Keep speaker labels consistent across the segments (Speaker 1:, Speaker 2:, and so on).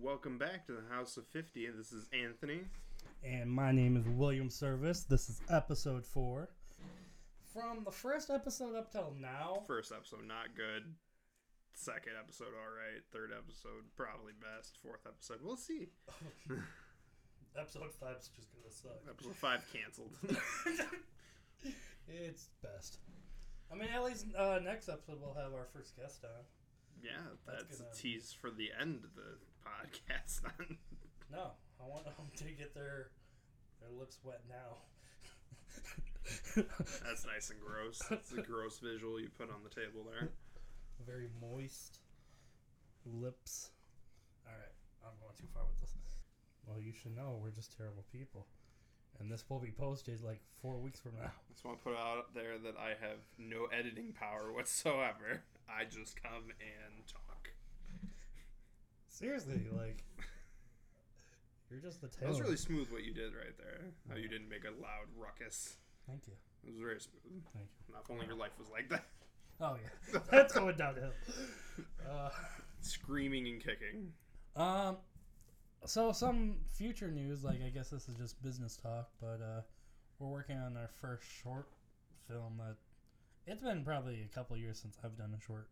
Speaker 1: Welcome back to the House of 50. This is Anthony.
Speaker 2: And my name is William Service. This is episode four. From the first episode up till now,
Speaker 1: First episode, not good. Second episode, all right. Third episode, probably best. Fourth episode, we'll see.
Speaker 2: episode five's just gonna suck.
Speaker 1: Episode 5 canceled.
Speaker 2: It's best. I mean, at least uh, next episode we'll have our first guest on.
Speaker 1: yeah,
Speaker 2: That's
Speaker 1: that's,
Speaker 2: gonna-
Speaker 1: a tease for the end of the podcast.
Speaker 2: No, I want them to get their their lips wet now.
Speaker 1: that's nice and gross. That's a gross visual you put on the table there.
Speaker 2: Very moist lips. All right, I'm going too far with this. Well, you should know we're just terrible people, and this will be posted like four weeks from now.
Speaker 1: I just want to put out there that I have no editing power whatsoever. I just come and talk.
Speaker 2: Seriously, like you're just the tail.
Speaker 1: That was really smooth what you did right there. How you didn't make a loud ruckus.
Speaker 2: Thank you.
Speaker 1: It was very smooth.
Speaker 2: Thank you.
Speaker 1: Not only your life was like that.
Speaker 2: Oh yeah, that's going downhill. Uh,
Speaker 1: Screaming and kicking.
Speaker 2: um, so some future news. Like I guess this is just business talk, but uh, we're working on our first short film. That it's been probably a couple years since I've done a short.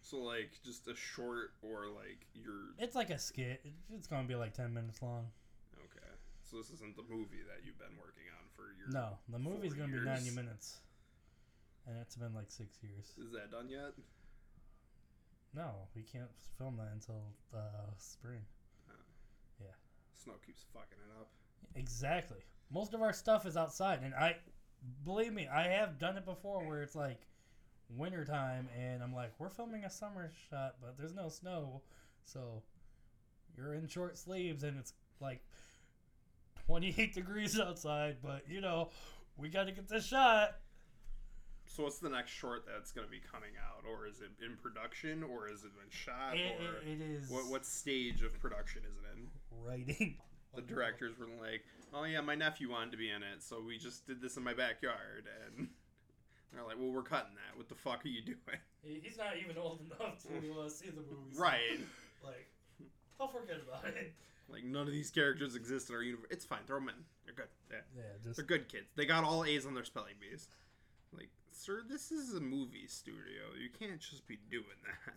Speaker 1: So like just a short or like your
Speaker 2: It's like a skit. It's gonna be like ten minutes long.
Speaker 1: okay. So this isn't the movie that you've been working on for your
Speaker 2: No, the movie's
Speaker 1: Four
Speaker 2: gonna be
Speaker 1: years.
Speaker 2: ninety minutes, and it's been like six years.
Speaker 1: Is that done yet?
Speaker 2: No, we can't film that until uh, spring.
Speaker 1: Snow keeps fucking it up.
Speaker 2: Exactly. Most of our stuff is outside, and I believe me, I have done it before where it's like wintertime, and I'm like, we're filming a summer shot, but there's no snow, so you're in short sleeves, and it's like 28 degrees outside, but you know, we got to get this shot.
Speaker 1: So what's the next short that's gonna be coming out? Or is it in production or is it been shot
Speaker 2: It,
Speaker 1: or
Speaker 2: it- it is
Speaker 1: what what stage of production is it in?
Speaker 2: writing.
Speaker 1: The directors were like, "Oh yeah, my nephew wanted to be in it, so we just did this in my backyard." And they're like, "Well, we're cutting that. What the fuck are you doing?"
Speaker 2: He- He's not even old enough to uh, see the movies.
Speaker 1: Right.
Speaker 2: Like, I'll forget about it.
Speaker 1: Like none of these characters exist in our universe. It's fine. Throw them in. They're good. Yeah.
Speaker 2: Yeah, just
Speaker 1: They're good kids. They got all A's on their spelling bees. Like, sir, this is a movie studio. You can't just be doing that.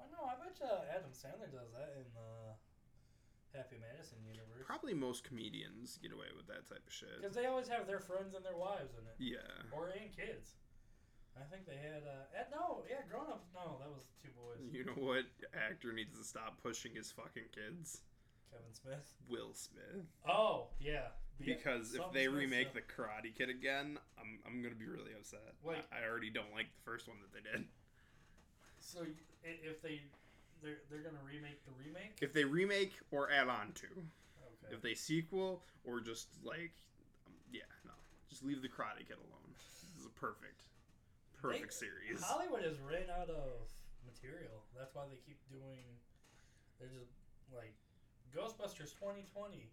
Speaker 2: I know. I bet you Adam Sandler does that in the Happy Madison universe
Speaker 1: Probably most comedians get away with that type of shit.
Speaker 2: because they always have their friends and their wives in it,
Speaker 1: Yeah.
Speaker 2: or and kids. I think they had. Uh, eh, no, yeah, grown ups. No, that was two boys.
Speaker 1: You know what? Actor needs to stop pushing his fucking kids.
Speaker 2: Kevin Smith.
Speaker 1: Will Smith.
Speaker 2: Oh yeah. Be-
Speaker 1: Because if
Speaker 2: something
Speaker 1: they
Speaker 2: Smith
Speaker 1: remake
Speaker 2: stuff.
Speaker 1: the Karate Kid again, I'm I'm gonna be really upset.
Speaker 2: Like-
Speaker 1: I, I already don't like the first one that they did.
Speaker 2: so y- i- if they they're they're gonna remake the remake.
Speaker 1: If they remake or add on to,
Speaker 2: Okay.
Speaker 1: if they sequel or just like um, yeah no just leave the karate kid alone this is a perfect perfect
Speaker 2: They-
Speaker 1: series
Speaker 2: Hollywood has ran out of material. That's why they keep doing. They're just like Ghostbusters 2020.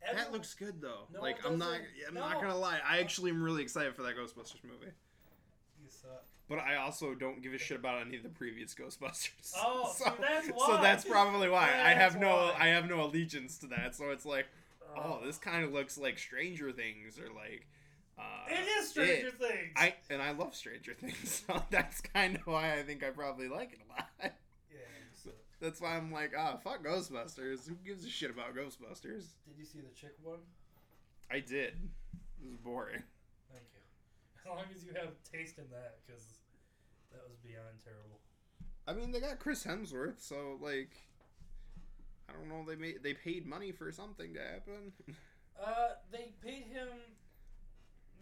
Speaker 1: that
Speaker 2: Everyone-
Speaker 1: looks good though
Speaker 2: No,
Speaker 1: like
Speaker 2: it
Speaker 1: i'm not
Speaker 2: doesn't.
Speaker 1: i'm
Speaker 2: No.
Speaker 1: not gonna lie i actually am really excited for that ghostbusters movie
Speaker 2: You suck.
Speaker 1: but i also don't give a shit about any of the previous ghostbusters
Speaker 2: Oh, so that's
Speaker 1: so
Speaker 2: why.
Speaker 1: that's probably why i have
Speaker 2: That's
Speaker 1: no
Speaker 2: why.
Speaker 1: i have no allegiance to that so it's like
Speaker 2: Uh,
Speaker 1: oh this kind of looks like stranger things or like uh,
Speaker 2: It is Stranger
Speaker 1: It.
Speaker 2: Things.
Speaker 1: I and I love Stranger Things, so that's kind of why I think I probably like it a lot.
Speaker 2: yeah. you suck.
Speaker 1: That's why I'm like, ah, fuck Ghostbusters. Who gives a shit about Ghostbusters?
Speaker 2: Did you see the chick one?
Speaker 1: I did. This is boring.
Speaker 2: Thank you. As long as you have taste in that, because that was beyond terrible.
Speaker 1: I mean, they got Chris Hemsworth, so like, I don't know. They made they paid money for something to happen.
Speaker 2: Uh, they paid him.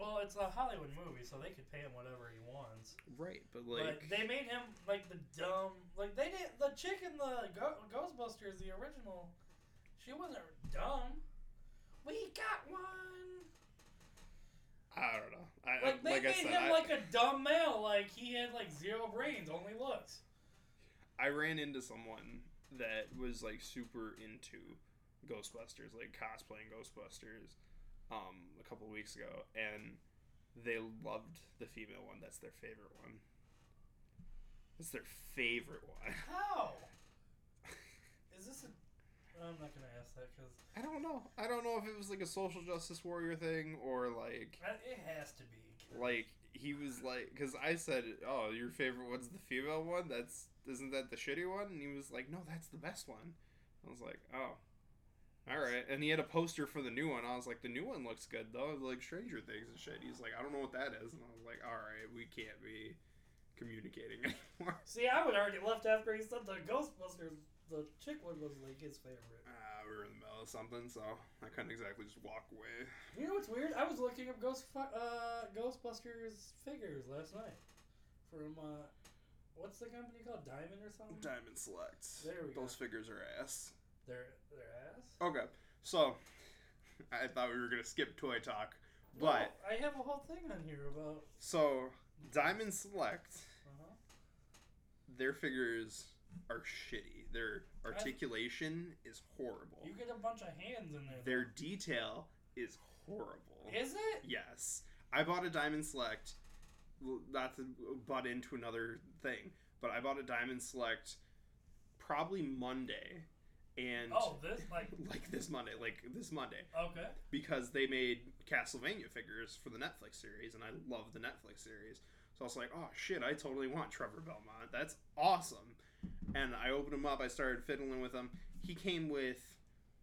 Speaker 2: Well, it's a Hollywood movie, so they could pay him whatever he wants.
Speaker 1: right, but like,
Speaker 2: but they made him like the dumb, like they did the chick in the Go- Ghostbusters, the original. She wasn't dumb. We got one.
Speaker 1: I don't know. I,
Speaker 2: Like they
Speaker 1: like I
Speaker 2: made
Speaker 1: said,
Speaker 2: him
Speaker 1: I,
Speaker 2: like a dumb male. Like he had like zero brains, only looks.
Speaker 1: I ran into someone that was like super into Ghostbusters, like cosplaying Ghostbusters, um, a couple weeks ago, and they loved the female one. That's their favorite one. That's their favorite one.
Speaker 2: How? I'm not gonna ask that because
Speaker 1: I don't know. I don't know if it was like a social justice warrior thing or like
Speaker 2: it has to be.
Speaker 1: like he was like because I said, "Oh, your favorite one's the female one. That's isn't that the shitty one?" And he was like, "No, that's the best one." I was like, "Oh." All right, and he had a poster for the new one. I was like, the new one looks good though, like Stranger Things and shit. He's like, I don't know what that is, and I was like, all right, we can't be communicating anymore.
Speaker 2: See, I would already left after he said the Ghostbusters, the chick one was like his favorite.
Speaker 1: Uh, we were in the middle of something, so I couldn't exactly just walk away.
Speaker 2: You know what's weird? I was looking up Ghost fu- uh, Ghostbusters figures last night from uh, what's the company called? Diamond or something?
Speaker 1: Diamond selects.
Speaker 2: There we go.
Speaker 1: Those figures are ass.
Speaker 2: their their ass.
Speaker 1: Okay, so I thought we were gonna skip toy talk, but
Speaker 2: Oh, I have a whole thing on here about.
Speaker 1: so Diamond Select,
Speaker 2: Uh-huh.
Speaker 1: their figures are shitty. Their articulation is horrible.
Speaker 2: You get a bunch of hands in there.
Speaker 1: Their detail is horrible.
Speaker 2: Is it?
Speaker 1: Yes. I bought a Diamond Select, l- not to butt into another thing, but I bought a Diamond Select probably Monday. And
Speaker 2: Oh, this like
Speaker 1: like this Monday, like this Monday,
Speaker 2: okay.
Speaker 1: because they made Castlevania figures for the Netflix series, and I love the Netflix series. So I was like, oh shit, I totally want Trevor Belmont. That's awesome. And I opened him up, I started fiddling with him. He came with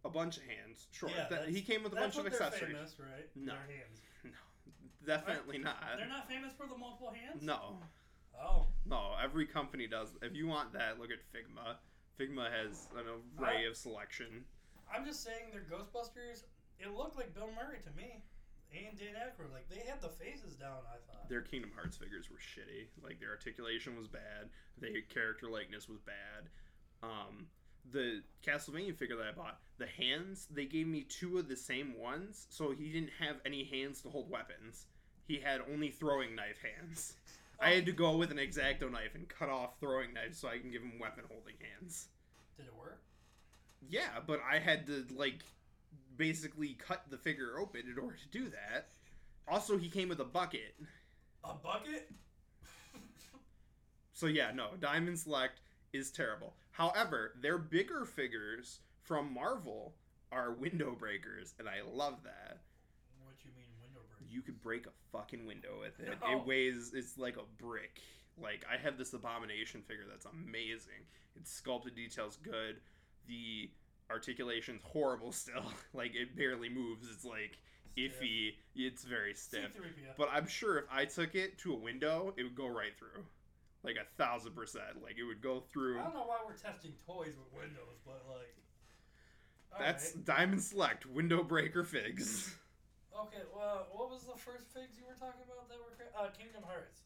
Speaker 1: a bunch of hands. Sure.
Speaker 2: Yeah,
Speaker 1: that, he
Speaker 2: that's-
Speaker 1: came with a
Speaker 2: That's
Speaker 1: bunch of
Speaker 2: what they're
Speaker 1: accessories.
Speaker 2: famous, right?
Speaker 1: No.
Speaker 2: Their hands.
Speaker 1: Definitely not.
Speaker 2: They're not famous for the multiple hands.
Speaker 1: No,
Speaker 2: Oh,
Speaker 1: no. Every company does. If you want that, look at Figma. Figma has an array of selection.
Speaker 2: I'm just saying their Ghostbusters. It looked like Bill Murray to me, and Dan Aykroyd. Like they had the faces down. I thought.
Speaker 1: Their Kingdom Hearts figures were shitty. Like their articulation was bad. Their character likeness was bad. Um, the Castlevania figure that I bought, the hands they gave me two of the same ones, so he didn't have any hands to hold weapons. He had only throwing knife hands.
Speaker 2: Oh,
Speaker 1: I had to go with an exacto knife and cut off throwing knives so I can give him weapon holding hands.
Speaker 2: Did it work?
Speaker 1: Yeah, but I had to like basically cut the figure open in order to do that. Also, he came with a bucket.
Speaker 2: A bucket?
Speaker 1: So yeah, no, Diamond Select is terrible. However, their bigger figures from Marvel are window breakers, and I love that.
Speaker 2: what you mean window break?
Speaker 1: You could break a fucking window with it.
Speaker 2: No.
Speaker 1: It weighs it's like a brick. Like I have this abomination figure that's amazing. Its sculpted details good. The articulation's horrible still. like it barely moves. It's like iffy. It's very stiff.
Speaker 2: C3PO.
Speaker 1: But I'm sure if I took it to a window, it would go right through. Like a thousand percent. Like it would go through.
Speaker 2: I don't know why we're testing toys with windows, but like. all
Speaker 1: That's
Speaker 2: right.
Speaker 1: Diamond Select window breaker figs.
Speaker 2: okay. Well, what was the first figs you were talking about that were cra- uh, Kingdom Hearts?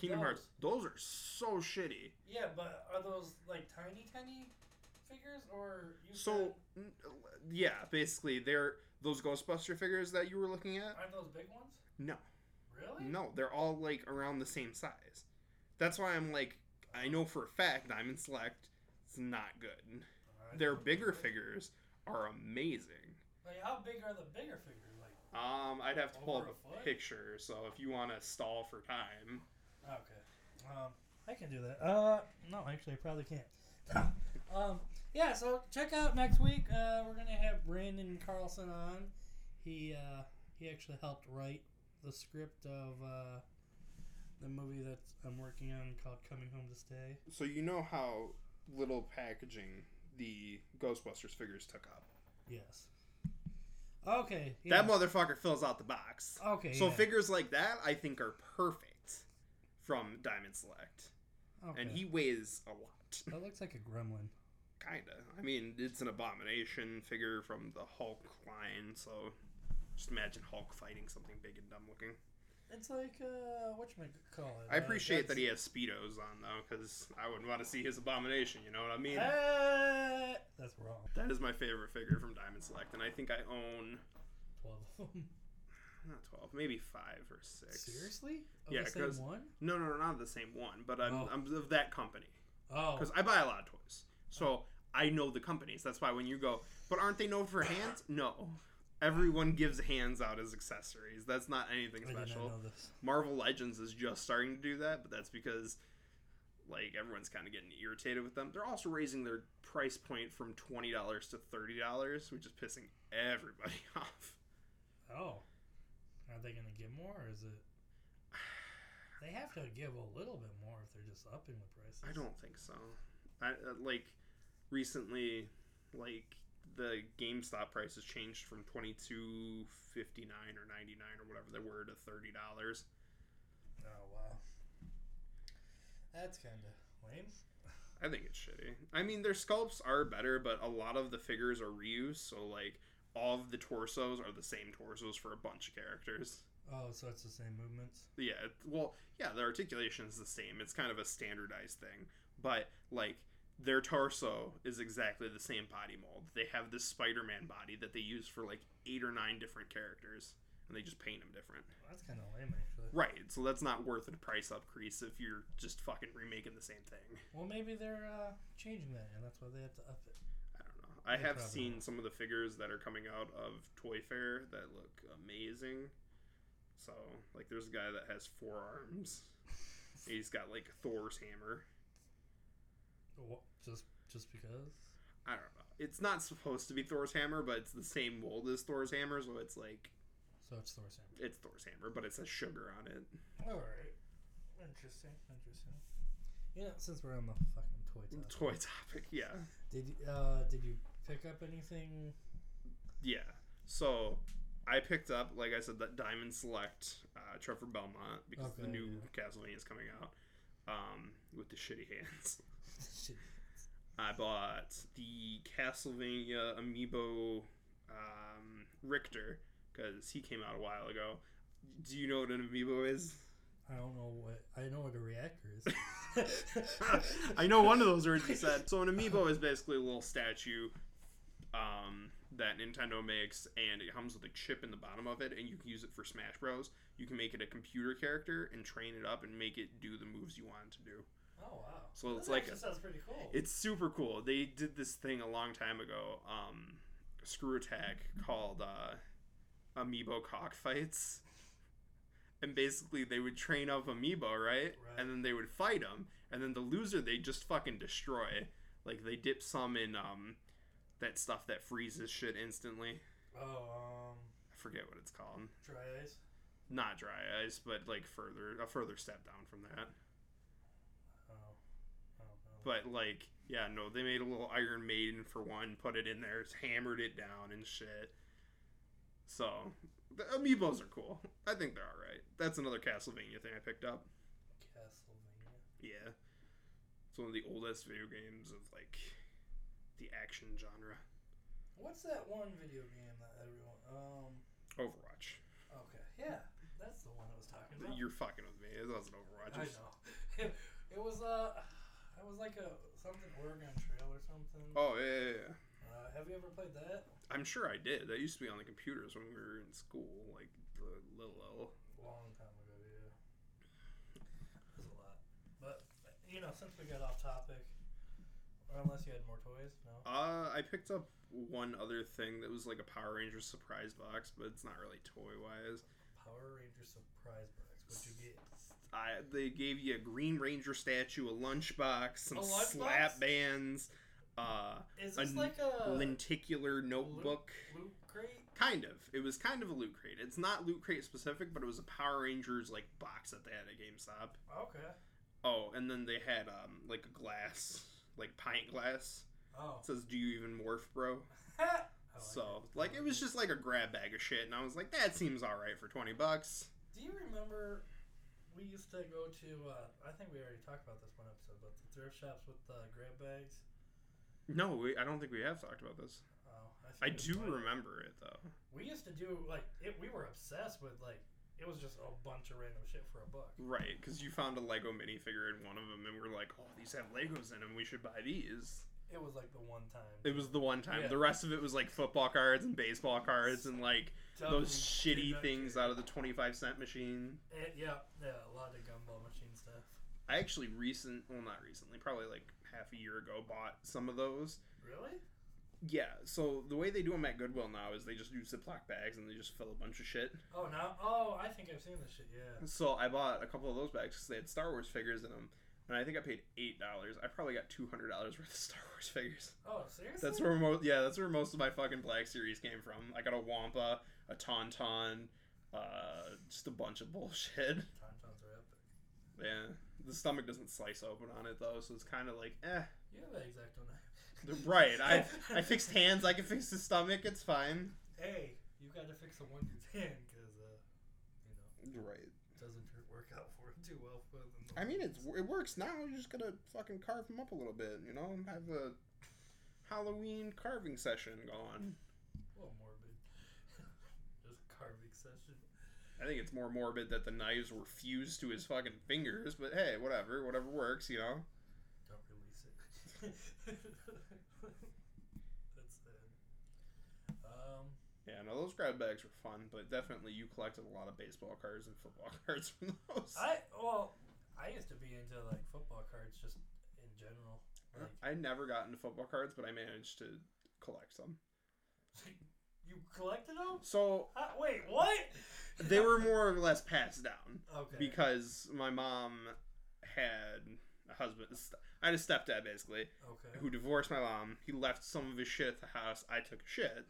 Speaker 1: Kingdom
Speaker 2: Those.
Speaker 1: Hearts. Those are so shitty.
Speaker 2: Yeah, but are those like tiny, tiny figures, or you
Speaker 1: So n- yeah, basically they're those Ghostbuster figures that you were looking
Speaker 2: said-
Speaker 1: at.
Speaker 2: aren't those big ones?
Speaker 1: No.
Speaker 2: Really?
Speaker 1: No, they're all like around the same size. That's why I'm like I know for a fact Diamond Select is not good.
Speaker 2: Alright.
Speaker 1: Their bigger figures are amazing.
Speaker 2: Like, how big are the bigger figures? Like,
Speaker 1: Um, I'd have to pull
Speaker 2: Over
Speaker 1: up
Speaker 2: a
Speaker 1: a
Speaker 2: foot?
Speaker 1: picture. So if you want to stall for time,
Speaker 2: okay. Um, I can do that. Uh, no, actually, I probably can't. um, yeah. So check out next week. Uh, we're gonna have Brandon Carlson on. He uh, he actually helped write the script of uh, the movie that I'm working on called Coming Home to Stay.
Speaker 1: so you know how little packaging the Ghostbusters figures took up.
Speaker 2: Yes. Okay. yeah.
Speaker 1: That motherfucker fills out the box.
Speaker 2: Okay.
Speaker 1: So
Speaker 2: yeah.
Speaker 1: figures like that, I think, are perfect from Diamond Select,
Speaker 2: Okay.
Speaker 1: and he weighs a lot,
Speaker 2: That looks like a gremlin.
Speaker 1: kinda. I mean, it's an abomination figure from the Hulk line, so just imagine Hulk fighting something big and dumb looking.
Speaker 2: It's like uh, what you call it. Uh,
Speaker 1: I appreciate that he has speedos on though, because I wouldn't want to see his abomination. You know what I mean?
Speaker 2: Eh, that's wrong.
Speaker 1: That is my favorite figure from Diamond Select, and I think I own
Speaker 2: Twelve of them.
Speaker 1: not twelve, maybe five or six.
Speaker 2: Seriously? Of
Speaker 1: Yeah,
Speaker 2: the
Speaker 1: 'cause-
Speaker 2: same one?
Speaker 1: No, no, no, not the same one, but I'm,
Speaker 2: Oh.
Speaker 1: I'm of that company.
Speaker 2: Oh,
Speaker 1: because I buy a lot of toys, so I know the companies. That's why when you go, but aren't they known for hands? No, everyone gives hands out as accessories. That's not anything
Speaker 2: I did not
Speaker 1: special.
Speaker 2: know this.
Speaker 1: Marvel Legends is just starting to do that, but that's because like everyone's kind of getting irritated with them. They're also raising their price point from twenty dollars to thirty dollars, which is pissing everybody off.
Speaker 2: Oh, are they going to give more, or is it? They have to give a little bit more if they're just upping the prices.
Speaker 1: I don't think so. I uh, like recently, like the GameStop prices changed from twenty two fifty nine or ninety nine or whatever they were to thirty dollars.
Speaker 2: Oh wow, that's kind of lame.
Speaker 1: I think it's shitty. I mean, their sculpts are better, but a lot of the figures are reused, so like all of the torsos are the same torsos for a bunch of characters.
Speaker 2: Oh, so it's the same movements.
Speaker 1: Yeah, it, well, yeah, the articulation is the same. It's kind of a standardized thing, but like their torso is exactly the same body mold. They have this Spider-Man body that they use for like eight or nine different characters, and they just paint them different.
Speaker 2: That's kind of lame, actually.
Speaker 1: Right, so that's not worth a price increase if you're just fucking remaking the same thing.
Speaker 2: Well, maybe they're uh, changing that, and that's why they have to up it.
Speaker 1: I don't know. I
Speaker 2: Yeah,
Speaker 1: have
Speaker 2: probably.
Speaker 1: seen some of the figures that are coming out of Toy Fair that look amazing. So, like, there's a guy that has four arms. He's got like Thor's hammer.
Speaker 2: Wha- Just, just because.
Speaker 1: I don't know. It's not supposed to be Thor's hammer, but it's the same mold as Thor's hammer, so it's like
Speaker 2: So it's Thor's hammer.
Speaker 1: it's Thor's hammer, but it says sugar on it.
Speaker 2: All right. Interesting. Interesting. You know, since we're on the fucking toy topic,
Speaker 1: Toy topic, yeah,
Speaker 2: did you- uh, did you pick up anything?
Speaker 1: yeah. So, I picked up, like I said, that Diamond Select uh, Trevor Belmont because the
Speaker 2: Okay,
Speaker 1: new
Speaker 2: yeah.
Speaker 1: Castlevania is coming out um, with the shitty hands.
Speaker 2: Shit.
Speaker 1: I bought the Castlevania Amiibo um, Richter because he came out a while ago. Do you know what an Amiibo is?
Speaker 2: I don't know what I know what a reactor is.
Speaker 1: I know one of those words you said. So an Amiibo is basically a little statue um, that Nintendo makes, and it comes with a chip in the bottom of it, and you can use it for Smash Bros. You can make it a computer character and train it up and make it do the moves you want it to do.
Speaker 2: Oh wow.
Speaker 1: So it's like a-
Speaker 2: actually sounds pretty cool.
Speaker 1: It's super cool. They did this thing a long time ago, um, Screw Attack, called uh, Amiibo Cockfights. And basically, they would train up Amiibo, right?
Speaker 2: Right.
Speaker 1: And then they would fight them. And then the loser, they just fucking destroy. Like, they dip some in um, that stuff that freezes shit instantly.
Speaker 2: oh um
Speaker 1: I forget what it's called.
Speaker 2: dry ice.
Speaker 1: Not dry ice, but like further, a further step down from that.
Speaker 2: Oh. I don't know.
Speaker 1: But like, yeah, no, they made a little Iron Maiden for one, put it in there, hammered it down and shit. So the amiibos are cool. I think they're all right. That's another Castlevania thing I picked up.
Speaker 2: Castlevania.
Speaker 1: Yeah, it's one of the oldest video games of like the action genre.
Speaker 2: What's that one video game that everyone um
Speaker 1: Overwatch.
Speaker 2: okay. Yeah. That's the one I was talking about.
Speaker 1: You're fucking with me. It wasn't Overwatch.
Speaker 2: I know. It, was uh it was like a something Oregon Trail or something.
Speaker 1: Oh yeah, yeah, yeah.
Speaker 2: Uh, have you ever played that?
Speaker 1: I'm sure I did. That used to be on the computers when we were in school, like the little L.
Speaker 2: long time ago, yeah. It was a lot. But, you know, since we got off topic, or unless you had more toys, no?
Speaker 1: Uh, I picked up one other thing that was like a Power Rangers surprise box, but it's not really toy wise.
Speaker 2: Power Ranger surprise box. What'd you get?
Speaker 1: I they gave you a Green Ranger statue, a lunchbox, some
Speaker 2: A lunchbox?
Speaker 1: slap bands, uh,
Speaker 2: Is
Speaker 1: A
Speaker 2: this like Uh, a
Speaker 1: lenticular notebook.
Speaker 2: loot crate?
Speaker 1: Kind of. It was kind of a loot crate. It's not loot crate specific, but it was a Power Rangers like box that they had at GameStop.
Speaker 2: Okay.
Speaker 1: Oh, and then they had um like a glass, like pint glass.
Speaker 2: Oh.
Speaker 1: It says, "Do you even morph, bro?"
Speaker 2: I like
Speaker 1: So,
Speaker 2: it.
Speaker 1: like, it was just like a grab bag of shit, and I was like, that seems all right for 20 bucks.
Speaker 2: Do you remember we used to go to, uh, I think we already talked about this one episode, but the thrift shops with the grab bags?
Speaker 1: No, we, I don't think we have talked about this.
Speaker 2: Oh,
Speaker 1: I
Speaker 2: think it was
Speaker 1: do
Speaker 2: mine.
Speaker 1: remember it, though.
Speaker 2: We used to do, like, it, we were obsessed with, like, it was just a bunch of random shit for a buck.
Speaker 1: Right, because you found a Lego minifigure in one of them, and we're like, oh, these have Legos in them, we should buy these.
Speaker 2: It was like the one time.
Speaker 1: It was the one time.
Speaker 2: Yeah.
Speaker 1: The rest of it was like football cards and baseball cards and like those shitty things out of the 25 cent machine.
Speaker 2: And, yeah, yeah, a lot of gumball machine stuff.
Speaker 1: I actually recent, well, not recently, probably like half a year ago, bought some of those.
Speaker 2: Really?
Speaker 1: Yeah, so the way they do them at Goodwill now is they just do Ziploc bags and they just fill a bunch of shit.
Speaker 2: Oh no! Oh, I think I've seen this shit. Yeah.
Speaker 1: So I bought a couple of those bags because they had Star Wars figures in them. and I think I paid eight dollars. I probably got two hundred dollars worth of Star Wars figures.
Speaker 2: Oh, seriously?
Speaker 1: That's where most yeah, that's where most of my fucking Black Series came from. I got a Wampa, a Tauntaun, uh, just a bunch of bullshit.
Speaker 2: Tauntauns are epic.
Speaker 1: Yeah, the stomach doesn't slice open on it though, so it's kind of like eh.
Speaker 2: You have that exacto knife.
Speaker 1: Right, I I fixed hands. I can fix the stomach. It's fine.
Speaker 2: Hey, you got to fix the one dude's hand because uh, you know
Speaker 1: Right.
Speaker 2: it doesn't work out for him too well. For the
Speaker 1: I mean, it's it works now. You just gotta fucking carve them up a little bit, you know, and have a Halloween carving session going.
Speaker 2: a little morbid. Just carving session.
Speaker 1: I think it's more morbid that the knives were fused to his fucking fingers, but hey, whatever, whatever works, you know.
Speaker 2: Don't release it. That's sad. Um,
Speaker 1: Yeah, no, those grab bags were fun, but definitely you collected a lot of baseball cards and football cards from those.
Speaker 2: I well, I used to be into like football cards just in general. Like,
Speaker 1: I never got into football cards, but I managed to collect them.
Speaker 2: you collected them?
Speaker 1: So
Speaker 2: Huh? Wait, what?
Speaker 1: they were more or less passed down.
Speaker 2: okay.
Speaker 1: because my mom had a husband. I had a stepdad basically
Speaker 2: okay.
Speaker 1: who divorced my mom. He left some of his shit at the house. I took a shit,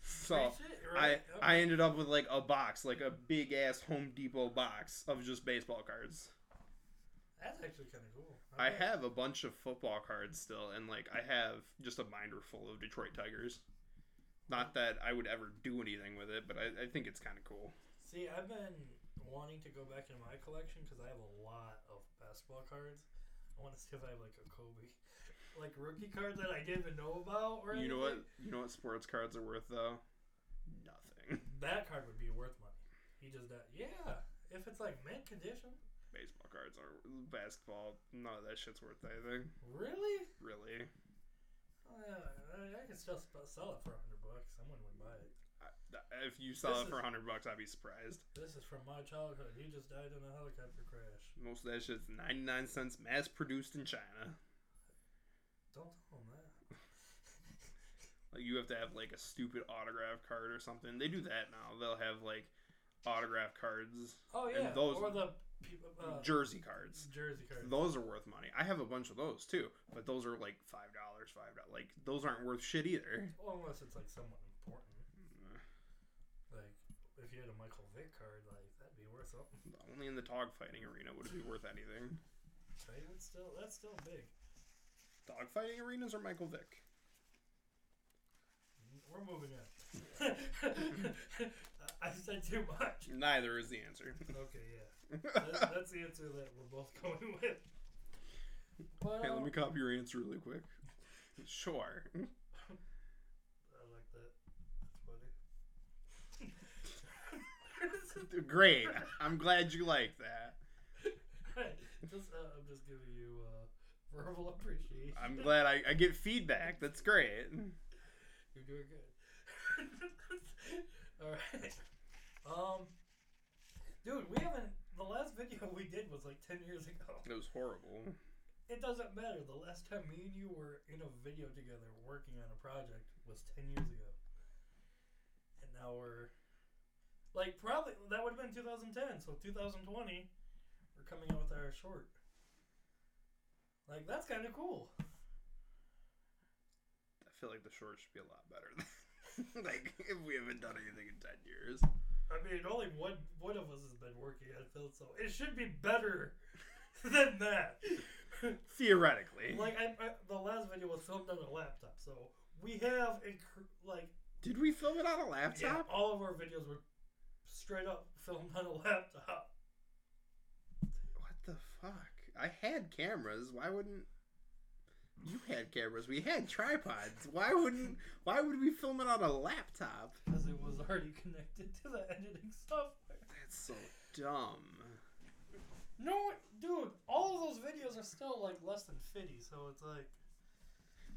Speaker 1: so
Speaker 2: Free shit,
Speaker 1: I
Speaker 2: right? Okay.
Speaker 1: I ended up with like a box, like a big ass Home Depot box of just baseball cards.
Speaker 2: That's actually kind of cool.
Speaker 1: I
Speaker 2: Okay.
Speaker 1: have a bunch of football cards still, and like I have just a binder full of Detroit Tigers. Not that I would ever do anything with it, but I, I think it's kind of cool.
Speaker 2: See, I've been wanting to go back into my collection because I have a lot of basketball cards. I want to see if I have like a Kobe, like rookie card that I didn't even know about. Or
Speaker 1: You know what?
Speaker 2: anything.
Speaker 1: You know what sports cards are worth though? Nothing.
Speaker 2: That card would be worth money. He just that. Yeah, if it's like mint condition.
Speaker 1: baseball cards are basketball. None of that shit's worth anything,
Speaker 2: Really?
Speaker 1: really.
Speaker 2: Uh, I- I could still sp- sell it for a hundred bucks. Someone would buy it.
Speaker 1: I, th- if you sell
Speaker 2: This
Speaker 1: it for
Speaker 2: is-
Speaker 1: hundred bucks, I'd be surprised.
Speaker 2: This is from my childhood. He just died in a helicopter crash.
Speaker 1: Most of that shit's ninety nine cents, mass produced in China.
Speaker 2: Don't tell him that.
Speaker 1: Like you have to have like a stupid autograph card or something. They do that now. They'll have like autograph cards,
Speaker 2: Oh
Speaker 1: And
Speaker 2: yeah,
Speaker 1: those-
Speaker 2: or the people, uh,
Speaker 1: jersey cards.
Speaker 2: jersey cards.
Speaker 1: Those are worth money. I have a bunch of those too, but those are like five dollars, five dollars. Like those aren't worth shit either. Uh,
Speaker 2: Well, unless it's like somewhat important. Like if you had a Michael Vick card, like that'd be worth something.
Speaker 1: Only in the dog fighting arena would it be worth anything.
Speaker 2: Right? That's still that's still big.
Speaker 1: Dog fighting arenas are Michael Vick.
Speaker 2: We're moving on. I- I said too much.
Speaker 1: Neither is the answer.
Speaker 2: Okay, yeah. That, that's the answer that we're both going with. But,
Speaker 1: Hey, let
Speaker 2: um,
Speaker 1: me copy your answer really quick. Sure.
Speaker 2: I like that. That's funny.
Speaker 1: Great. I'm glad you like that.
Speaker 2: Alright, just, uh, I'm just giving you uh, verbal appreciation.
Speaker 1: I'm glad I, I get feedback. That's great.
Speaker 2: You're doing good. All right. Um, dude, we haven't. The last video we did was like ten years ago.
Speaker 1: It was horrible.
Speaker 2: It doesn't matter. The last time me and you were in a video together working on a project was ten years ago, and now we're like probably that would have been 2010. So 2020, we're coming out with our short. Like that's kind of cool.
Speaker 1: I feel like the short should be a lot better. like, if we haven't done anything in 10 years.
Speaker 2: I mean, only one one of us has been working on film, so it should be better than that.
Speaker 1: Theoretically.
Speaker 2: like, I, I, the last video was filmed on a laptop, so we have a cr- like
Speaker 1: Did we film it on a
Speaker 2: yeah,
Speaker 1: laptop?
Speaker 2: all of our videos were straight up filmed on a laptop.
Speaker 1: What the fuck? I had cameras. Why wouldn't. You had cameras. We had tripods. Why wouldn't. Why would we film it on a laptop?
Speaker 2: Because it was already connected to the editing software.
Speaker 1: That's so dumb.
Speaker 2: No, dude, all of those videos are still like less than 50, so it's like.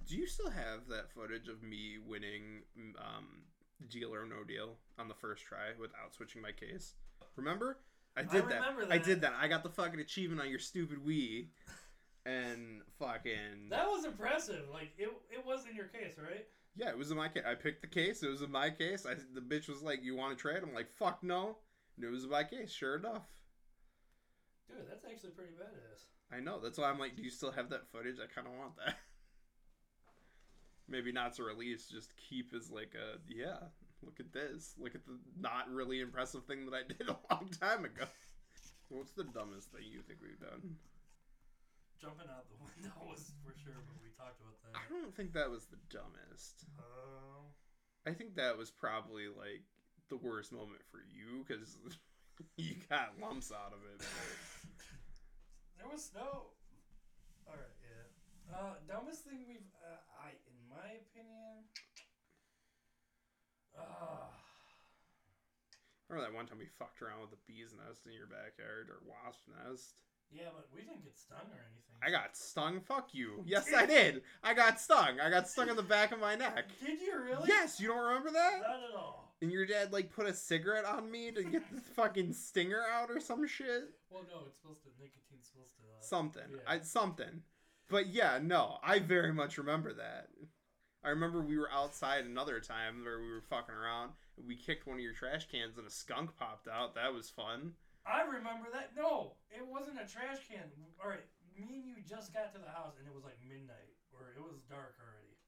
Speaker 1: Do you still have that footage of me winning um, Deal or No Deal on the first try without switching my case? Remember? I did that.
Speaker 2: remember
Speaker 1: I
Speaker 2: that.
Speaker 1: did that. I got the fucking achievement on your stupid Wii, and fucking
Speaker 2: That was impressive. Like, it, it was in your case, right?
Speaker 1: yeah, it was in my case. I picked the case. It was in my case. I the bitch was like, "You want to trade?" I'm like, "Fuck no." And it was in my case. Sure enough,
Speaker 2: Dude, that's actually pretty badass.
Speaker 1: I know. That's why I'm like, do you still have that footage? I kind of want that. Maybe not to release, just keep as like a yeah. Look at this. Look at the not really impressive thing that I did a long time ago. What's the dumbest thing you think we've done?
Speaker 2: Jumping out the window was for sure, but we talked about
Speaker 1: I
Speaker 2: that.
Speaker 1: don't think that was the dumbest.
Speaker 2: Um,
Speaker 1: I think that was probably like the worst moment for you because you got lumps out of it.
Speaker 2: there was snow. All right, yeah. Uh, dumbest thing we've, uh, I, in my opinion, uh,
Speaker 1: Remember that one time we fucked around with a bee's nest in your backyard or wasp nest?
Speaker 2: yeah, but we didn't get stung or anything.
Speaker 1: I got stung. Fuck you. Yes, I did. I got stung. I got stung in the back of my neck.
Speaker 2: Did you really?
Speaker 1: Yes, you don't remember that?
Speaker 2: Not at all.
Speaker 1: And your dad like put a cigarette on me to get the fucking stinger out or some shit.
Speaker 2: Well, no, it's supposed to nicotine's supposed to. Uh,
Speaker 1: Something.
Speaker 2: yeah.
Speaker 1: I something. But yeah, no, I very much remember that. I remember we were outside another time where we were fucking around. We kicked one of your trash cans and a skunk popped out. That was fun.
Speaker 2: I remember that. No, it wasn't a trash can. All right, me and you just got to the house and it was like midnight or it was dark already.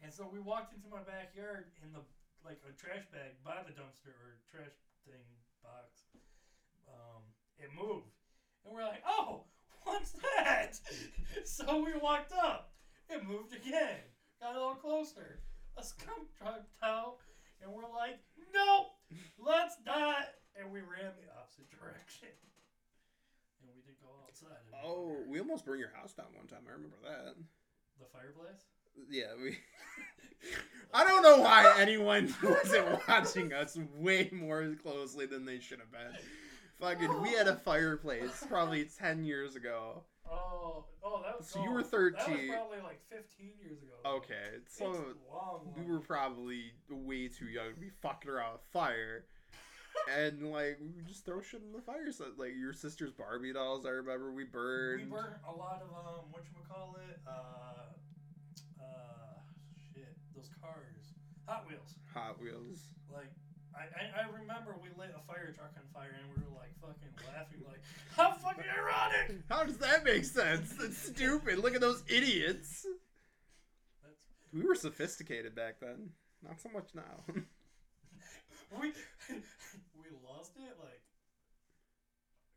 Speaker 2: And so we walked into my backyard in the like a trash bag by the dumpster or trash thing box. Um, it moved, and we're like, "Oh, what's that?" so we walked up. It moved again. Got a little closer. A skunk dropped out, and we're like, "Nope." Let's not! And we ran the opposite direction. And we did go outside. And
Speaker 1: Oh, we almost burned your house down one time. I remember that.
Speaker 2: The fireplace?
Speaker 1: Yeah, we. I don't know why anyone wasn't watching us way more closely than they should have been. Fucking, we had a fireplace probably 10 years ago.
Speaker 2: Oh, oh, that was.
Speaker 1: So you were
Speaker 2: no, That
Speaker 1: 13.
Speaker 2: was probably like 15 years ago. though.
Speaker 1: Okay,
Speaker 2: It's
Speaker 1: so
Speaker 2: long,
Speaker 1: we
Speaker 2: long.
Speaker 1: were probably way too young to be fucking around with fire. And, like, we would just throw shit in the fire. So, like, your sister's Barbie dolls, I remember we burned.
Speaker 2: We burnt a lot of, um, whatchamacallit? Uh, uh, shit. Those cars. Hot Wheels.
Speaker 1: Hot Wheels.
Speaker 2: Like, I, I, I remember we lit a fire truck on fire and we were like fucking laughing, like, how fucking ironic!
Speaker 1: How does that make sense? That's stupid. Look at those idiots.
Speaker 2: That's
Speaker 1: We were sophisticated back then. Not so much now.
Speaker 2: we we lost it like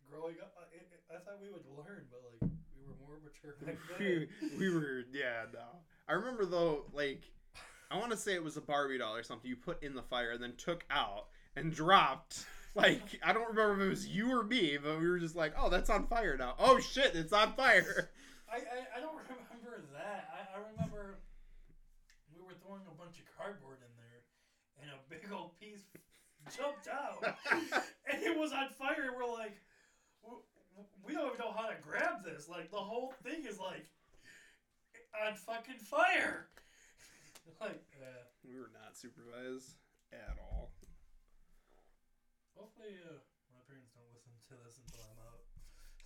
Speaker 2: growing up. I, I- I thought we would learn, but like we were more mature back
Speaker 1: we,
Speaker 2: then.
Speaker 1: we were yeah no i remember though like i want to say it was a barbie doll or something you put in the fire and then took out and dropped like i don't remember if it was you or me but we were just like oh that's on fire now oh shit it's on fire
Speaker 2: I, I I don't remember that. I, I remember we were throwing a bunch of cardboard in there, and a big old piece jumped out, and it was on fire. And we're like, "W- w- we don't even know how to grab this. Like the whole thing is like on fucking fire. like. Uh,
Speaker 1: we were not supervised at all
Speaker 2: Hopefully, uh, my parents don't listen to this until I'm out.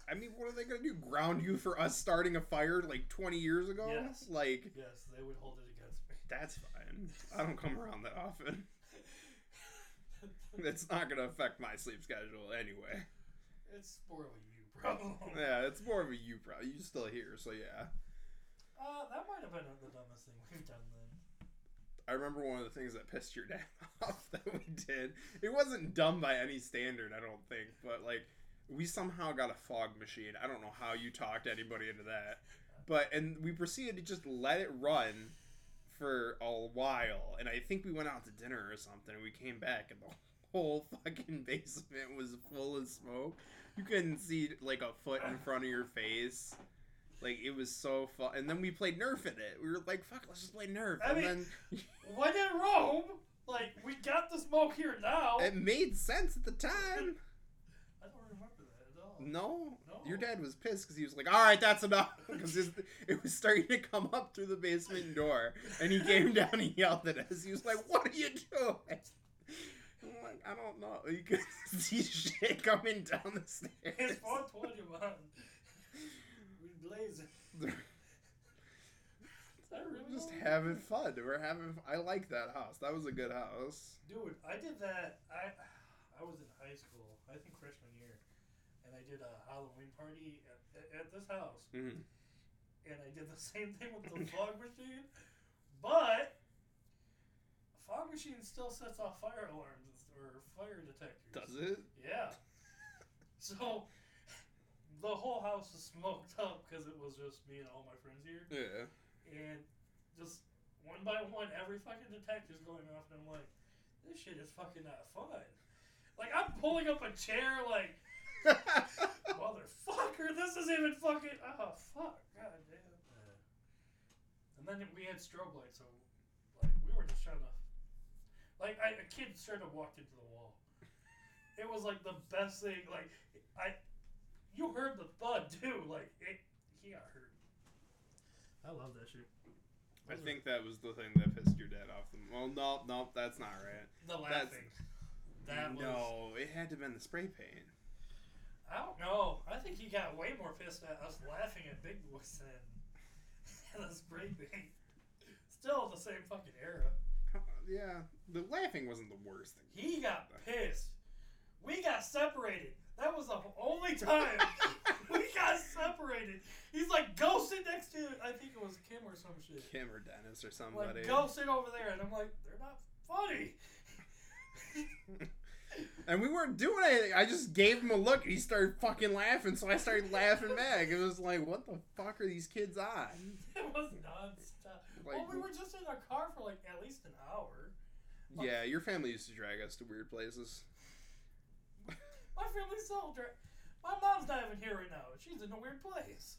Speaker 1: i mean what are they gonna do ground you for us starting a fire like 20 years ago
Speaker 2: Yes.
Speaker 1: like
Speaker 2: Yes, they would hold it against me.
Speaker 1: that's fine i don't come around that often it's not gonna affect my sleep schedule anyway
Speaker 2: it's more of a you problem.
Speaker 1: Yeah, it's more of a you problem. You still here, so yeah.
Speaker 2: Uh, that might have been the dumbest thing we've done then.
Speaker 1: I remember one of the things that pissed your dad off that we did. It wasn't dumb by any standard, I don't think, but like we somehow got a fog machine. I don't know how you talked anybody into that. But and we proceeded to just let it run for a while. And I think we went out to dinner or something and we came back and the whole fucking basement was full of smoke. You couldn't see like a foot in front of your face. Like it was so fun, and then we played Nerf in it. We were like, "Fuck, let's just play Nerf."
Speaker 2: I
Speaker 1: and
Speaker 2: mean-
Speaker 1: then
Speaker 2: When in Rome, like, we got the smoke here now.
Speaker 1: It made sense at the time.
Speaker 2: I don't remember that at all.
Speaker 1: No.
Speaker 2: No.
Speaker 1: Your dad was pissed because he was like, all right, that's enough. Because it was starting to come up through the basement door. And he came down and yelled at us. He was like, what are you doing? I'm like, I don't know. You could see shit coming down the
Speaker 2: It's
Speaker 1: stairs.
Speaker 2: 420, man. we blazing. Is that
Speaker 1: We're
Speaker 2: really
Speaker 1: just
Speaker 2: what we-
Speaker 1: having fun. We're having. I like that house. That was a good house.
Speaker 2: Dude, I did that. I I was in high school, I think freshman year, and and I did a Halloween party at, at- at this house,
Speaker 1: Mm-hmm.
Speaker 2: and I did the same thing with the fog machine, but fog machine still sets off fire alarms and st- or fire detectors.
Speaker 1: Does it?
Speaker 2: Yeah. So the whole house was smoked up because it was just me and all my friends here,
Speaker 1: Yeah.
Speaker 2: and just one by one, every fucking detector's going off, and I'm like, this shit is fucking not fun. Like I'm pulling up a chair, like. Motherfucker, this is even fucking. Oh, fuck. God damn. And then we had strobe lights, so like we were just trying to. Like I, a kid straight up walked into the wall. It was like the best thing. Like I, you heard the thud too. Like it, he got hurt. I love that shit.
Speaker 1: I think that was the thing that pissed your dad off. The, well, no, no, that's not right.
Speaker 2: the
Speaker 1: that's-
Speaker 2: laughing. That was.
Speaker 1: no, it had to have been the spray paint.
Speaker 2: I don't know. I think he got way more pissed at us laughing at Big Boys than at us breathing. Still the same fucking era.
Speaker 1: Yeah, the laughing wasn't the worst thing.
Speaker 2: He got pissed. We got separated. That was the only time we got separated. He's like, go sit next to, I think it was Kim or some shit.
Speaker 1: Kim or Dennis or
Speaker 2: I'm
Speaker 1: somebody.
Speaker 2: like, go sit over there. And I'm like, they're not funny.
Speaker 1: And we weren't doing anything. I just gave him a look and he started fucking laughing, so I started laughing back. It was like, what the fuck are these kids on?
Speaker 2: It was nonstop. well,
Speaker 1: Like,
Speaker 2: we were just in our car for like at least an hour.
Speaker 1: yeah, your family used to drag us to weird places.
Speaker 2: My family's so dra- My mom's not even here right now. She's in a weird place.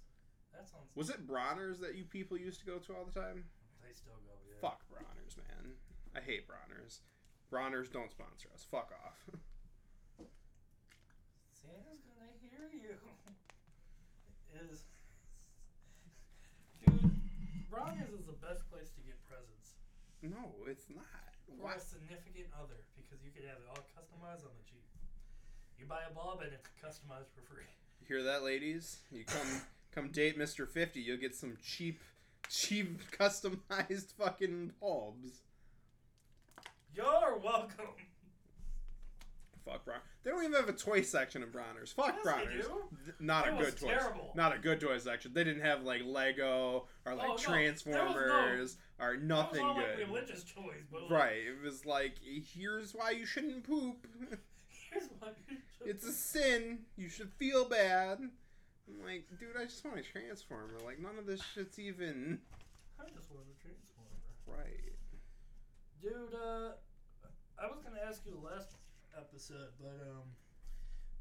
Speaker 2: That sounds.
Speaker 1: Was it Bronner's that you people used to go to all the time?
Speaker 2: They still go. Yeah.
Speaker 1: Fuck Bronner's, man. I hate Bronner's. Bronner's don't sponsor us. Fuck off.
Speaker 2: Santa's gonna hear you. Is dude, Rogers is the best place to get presents
Speaker 1: No, it's not.
Speaker 2: for
Speaker 1: Why?
Speaker 2: a significant other because you can have it all customized on the cheap. You buy a bob and it's customized for free.
Speaker 1: You hear that, ladies? You come come date Mr. 50, you'll get some cheap, cheap, customized fucking bulbs.
Speaker 2: You're welcome.
Speaker 1: Fuck Bron. They don't even have a toy section in Bronner's. Fuck
Speaker 2: Yes, they
Speaker 1: Bronner's.
Speaker 2: do.
Speaker 1: Th- Not
Speaker 2: That
Speaker 1: a good
Speaker 2: was
Speaker 1: toy.
Speaker 2: terrible.
Speaker 1: Not a good toy section. They didn't have like Lego or like
Speaker 2: Oh, no. There was no-
Speaker 1: Transformers or
Speaker 2: That was
Speaker 1: nothing
Speaker 2: all like
Speaker 1: good.
Speaker 2: religious choice, but like,
Speaker 1: right. It was like here's why you shouldn't poop.
Speaker 2: Here's what you should-
Speaker 1: it's a sin. You should feel bad. I'm like, dude, I just want a transformer. Like none of this shit's even
Speaker 2: I just want a transformer.
Speaker 1: right.
Speaker 2: Dude, uh, I was gonna ask you the last episode, but um,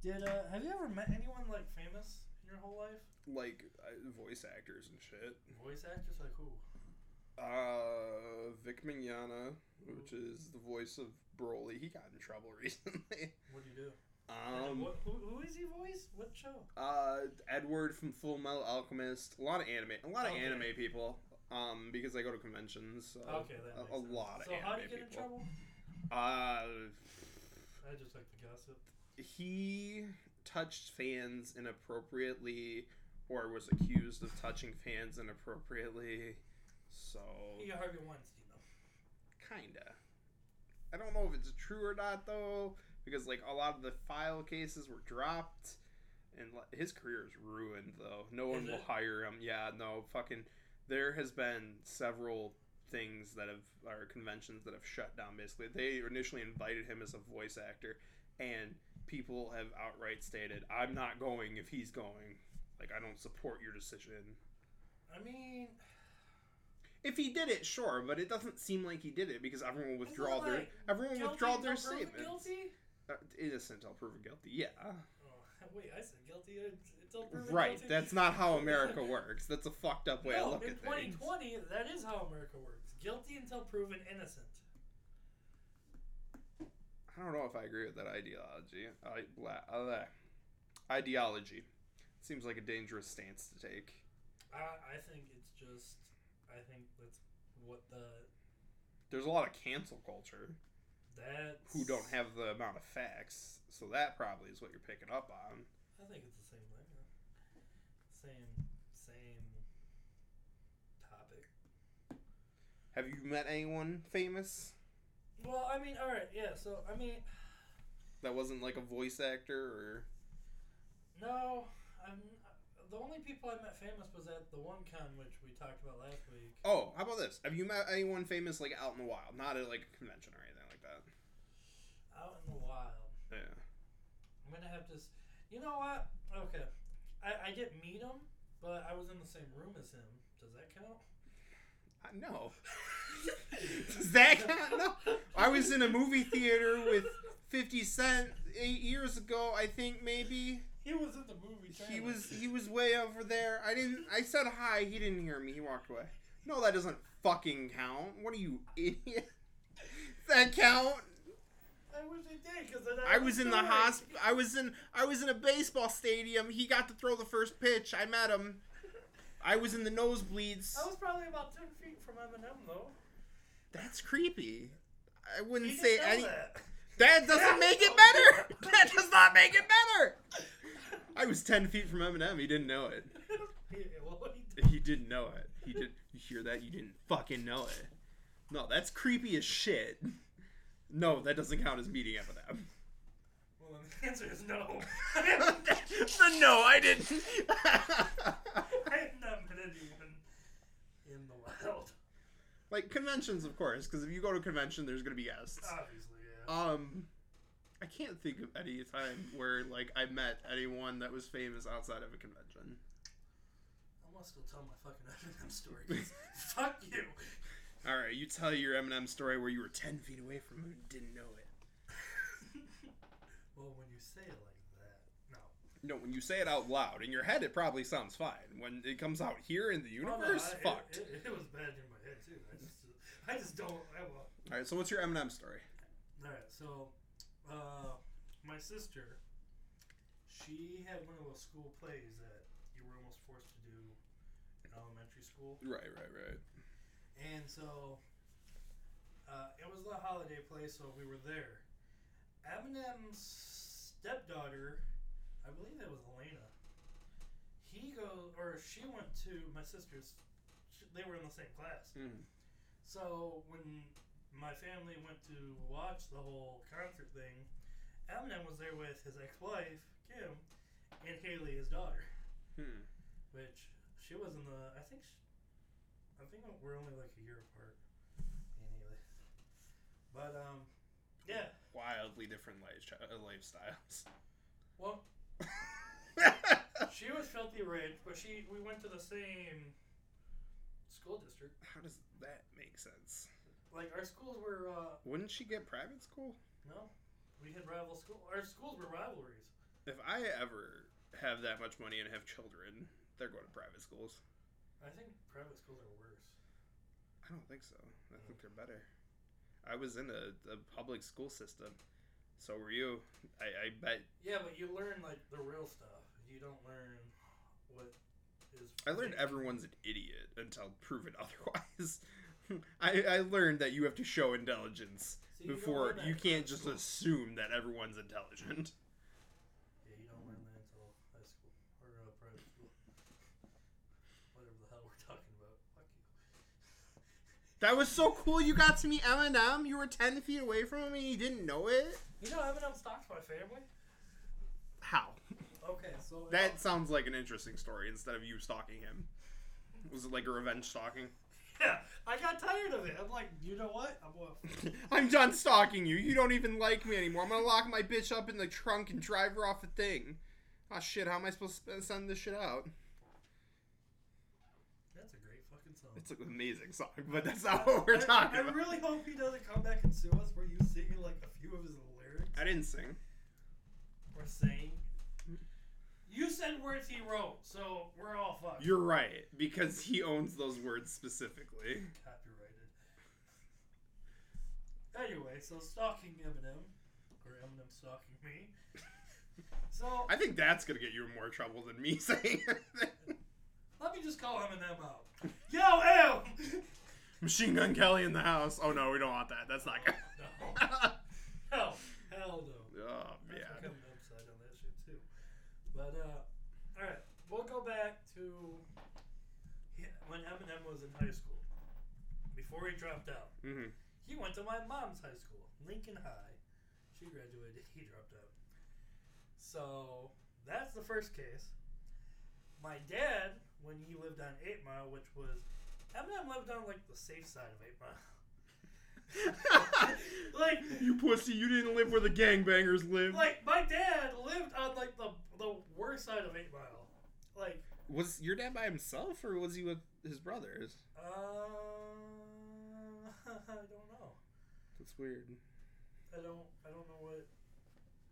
Speaker 2: did uh, have you ever met anyone like famous in your whole life?
Speaker 1: Like uh, voice actors and shit.
Speaker 2: Voice actors like who?
Speaker 1: Uh, Vic Mignogna, which is the voice of Broly, he got in trouble recently.
Speaker 2: What do you do? And
Speaker 1: Um,
Speaker 2: what, who, who is he voice? What show?
Speaker 1: uh, Edward from Full Metal Alchemist, a lot of anime, a lot of
Speaker 2: Okay.
Speaker 1: anime people. Um, because I go to conventions, so
Speaker 2: Okay, that
Speaker 1: uh, a, a
Speaker 2: makes sense.
Speaker 1: lot of
Speaker 2: So
Speaker 1: anime
Speaker 2: how do you get in
Speaker 1: people.
Speaker 2: trouble?
Speaker 1: Uh,
Speaker 2: I just like the gossip.
Speaker 1: he touched fans inappropriately, or was accused of touching fans inappropriately. So
Speaker 2: He got Harvey Weinstein though.
Speaker 1: kinda. I don't know if it's true or not though, because like a lot of the file cases were dropped, and like, his career is ruined though. No one
Speaker 2: Is
Speaker 1: will
Speaker 2: it?
Speaker 1: hire him. Yeah, no fucking. There has been several things that have or conventions that have shut down. Basically, they initially invited him as a voice actor, and people have outright stated, "I'm not going if he's going." Like, I don't support your decision.
Speaker 2: I mean,
Speaker 1: If he did it, sure, but it doesn't seem like he did it because everyone
Speaker 2: Isn't it
Speaker 1: withdrew their
Speaker 2: like
Speaker 1: everyone
Speaker 2: guilty
Speaker 1: withdrew their
Speaker 2: until proven
Speaker 1: statements.
Speaker 2: Guilty?
Speaker 1: Uh, innocent until proven guilty. Yeah,
Speaker 2: Oh, wait, I said guilty until proven
Speaker 1: right.
Speaker 2: guilty.
Speaker 1: That's not how America works. That's a fucked up way
Speaker 2: no,
Speaker 1: I look
Speaker 2: in
Speaker 1: at things.
Speaker 2: 2020, that is how America works. Guilty until proven innocent.
Speaker 1: I don't know if I agree with that ideology. I, bla- uh, ideology seems like a dangerous stance to take.
Speaker 2: I, I think it's just, I think that's what the
Speaker 1: There's a lot of cancel culture
Speaker 2: that
Speaker 1: who don't have the amount of facts, so that probably is what you're picking up on.
Speaker 2: I think it's the same thing. huh? Same, same topic.
Speaker 1: Have you met anyone famous
Speaker 2: Well, I mean, all right, yeah. So I mean,
Speaker 1: that wasn't like a voice actor or?
Speaker 2: No, I'm. The only people I met famous was at the one con which we talked about last week.
Speaker 1: Oh, how about this? Have you met anyone famous like out in the wild, not at like a convention or anything like that?
Speaker 2: Out in the wild.
Speaker 1: Yeah.
Speaker 2: I'm gonna have to. s- You know what? Okay, I, I didn't meet him, but I was in the same room as him. Does that count?
Speaker 1: I, no. Does that count? No. I was in a movie theater with 50 Cent eight years ago, I think maybe.
Speaker 2: He was at the movie. Trailer.
Speaker 1: He was he was way over there. I didn't I said hi, he didn't hear me, he walked away. No, that doesn't fucking count. What are you idiot? Does that count?
Speaker 2: I wish he did, cause then I,
Speaker 1: I was in the
Speaker 2: there.
Speaker 1: hospital. I was in I was in a baseball stadium. He got to throw the first pitch. I met him. I was in the nosebleeds.
Speaker 2: I was probably about ten feet from Eminem though.
Speaker 1: That's creepy. I
Speaker 2: You
Speaker 1: wouldn't
Speaker 2: didn't
Speaker 1: say
Speaker 2: know
Speaker 1: any.
Speaker 2: that.
Speaker 1: That doesn't make it better. That does not make it better. I was ten feet from Eminem. He didn't know it.
Speaker 2: Yeah, well, he did.
Speaker 1: He didn't know it. He did. You hear that? You didn't fucking know it. No, that's creepy as shit. No, that doesn't count as meeting Eminem.
Speaker 2: Well, then the answer is no.
Speaker 1: The no, I didn't.
Speaker 2: I have not met anyone in the wild.
Speaker 1: like conventions, of course, because if you go to a convention, there's gonna be guests.
Speaker 2: Obviously, yeah.
Speaker 1: Um, I can't think of any time where like I met anyone that was famous outside of a convention.
Speaker 2: I must still tell my fucking Eminem story. 'cause fuck you.
Speaker 1: All right, you tell your Eminem story where you were ten feet away from him and didn't know it.
Speaker 2: well, when you say it like that, no.
Speaker 1: No, when you say it out loud in your head, it probably sounds fine. When it comes out here in the universe,
Speaker 2: Oh, no, I-
Speaker 1: fucked.
Speaker 2: It, it, it was bad in my head too. I just, I just don't. I well,
Speaker 1: All right, so what's your Eminem story?
Speaker 2: all right. So, uh, my sister, she had one of those school plays that you were almost forced to do in elementary school.
Speaker 1: Right, right, right.
Speaker 2: And so uh, it was the holiday play, so we were there. Eminem's stepdaughter, I believe it was Elena. He goes, or she went to my sister's. sh- They were in the same class.
Speaker 1: Mm.
Speaker 2: So when my family went to watch the whole concert thing, Eminem was there with his ex-wife Kim and Haley, his daughter
Speaker 1: Hmm.
Speaker 2: Mm-hmm. which she was in the. I think, sh I think we're only like a year apart. Anyway, but um, yeah.
Speaker 1: Wildly different life uh, lifestyles.
Speaker 2: Well, she was filthy rich, but she we went to the same school district.
Speaker 1: How does that make sense?
Speaker 2: Like our schools were uh,
Speaker 1: Wouldn't she get private school?
Speaker 2: no, we had rival school. Our schools were rivalries.
Speaker 1: If I ever have that much money and have children, they're going to private schools.
Speaker 2: I think private schools are worse.
Speaker 1: I don't think so. I think they're better. I was in a, a public school system. So were you. I, I bet.
Speaker 2: Yeah, but you learn like the real stuff. You don't learn what is.
Speaker 1: I learned
Speaker 2: fake.
Speaker 1: everyone's an idiot until proven otherwise. I, I learned that you have to show intelligence
Speaker 2: See, don't
Speaker 1: before.
Speaker 2: learn that
Speaker 1: You
Speaker 2: in
Speaker 1: can't
Speaker 2: private
Speaker 1: just
Speaker 2: school.
Speaker 1: assume that everyone's intelligent.
Speaker 2: Yeah, you don't learn that until high school or uh, private school. Whatever the hell we're talking about. Fuck you.
Speaker 1: That was so cool. You got to meet Eminem. You were 10 feet away from him and you didn't know it.
Speaker 2: You know, Eminem stalked my family.
Speaker 1: How?
Speaker 2: Okay, so
Speaker 1: That sounds like an interesting story instead of you stalking him. Was it like a revenge stalking?
Speaker 2: yeah, I got tired of it. I'm like, you know what? I'm gonna
Speaker 1: I'm done stalking you. You don't even like me anymore. I'm gonna lock my bitch up in the trunk and drive her off the thing. Ah, shit. How am I supposed to sp- send this shit out?
Speaker 2: That's a great fucking song.
Speaker 1: It's an amazing song, but that's not what we're
Speaker 2: I-
Speaker 1: talking
Speaker 2: I,
Speaker 1: about.
Speaker 2: really hope he doesn't come back and sue us for you singing like a few of his lyrics
Speaker 1: I didn't sing.
Speaker 2: or saying. Mm-hmm. You said words he wrote, so we're all fucked.
Speaker 1: You're right because he owns those words specifically.
Speaker 2: copyrighted. Anyway, so stalking Eminem, or Eminem stalking me. so
Speaker 1: I think that's gonna get you in more trouble than me saying. anything.
Speaker 2: let me just call Eminem out. Yo, Em!
Speaker 1: Machine Gun Kelly in the house. Oh no, we don't want that. That's not good.
Speaker 2: no, hell, hell no.
Speaker 1: oh
Speaker 2: I'm
Speaker 1: yeah.
Speaker 2: coming upside on that shit too. But uh, all right, we'll go back to yeah, when Eminem was in high school. Before he dropped out,
Speaker 1: Mm-hmm.
Speaker 2: He went to my mom's high school, Lincoln High. She graduated, he dropped out. So That's the first case. My dad, when he lived on Eight Mile, which was Eminem lived on like the safe side of Eight Mile. like
Speaker 1: You pussy, you didn't live where the gangbangers live.
Speaker 2: like my dad lived on like the the worst side of Eight Mile. Like
Speaker 1: was your dad by himself or was he with his brothers?
Speaker 2: uh, I don't know.
Speaker 1: That's weird.
Speaker 2: I don't I don't know what.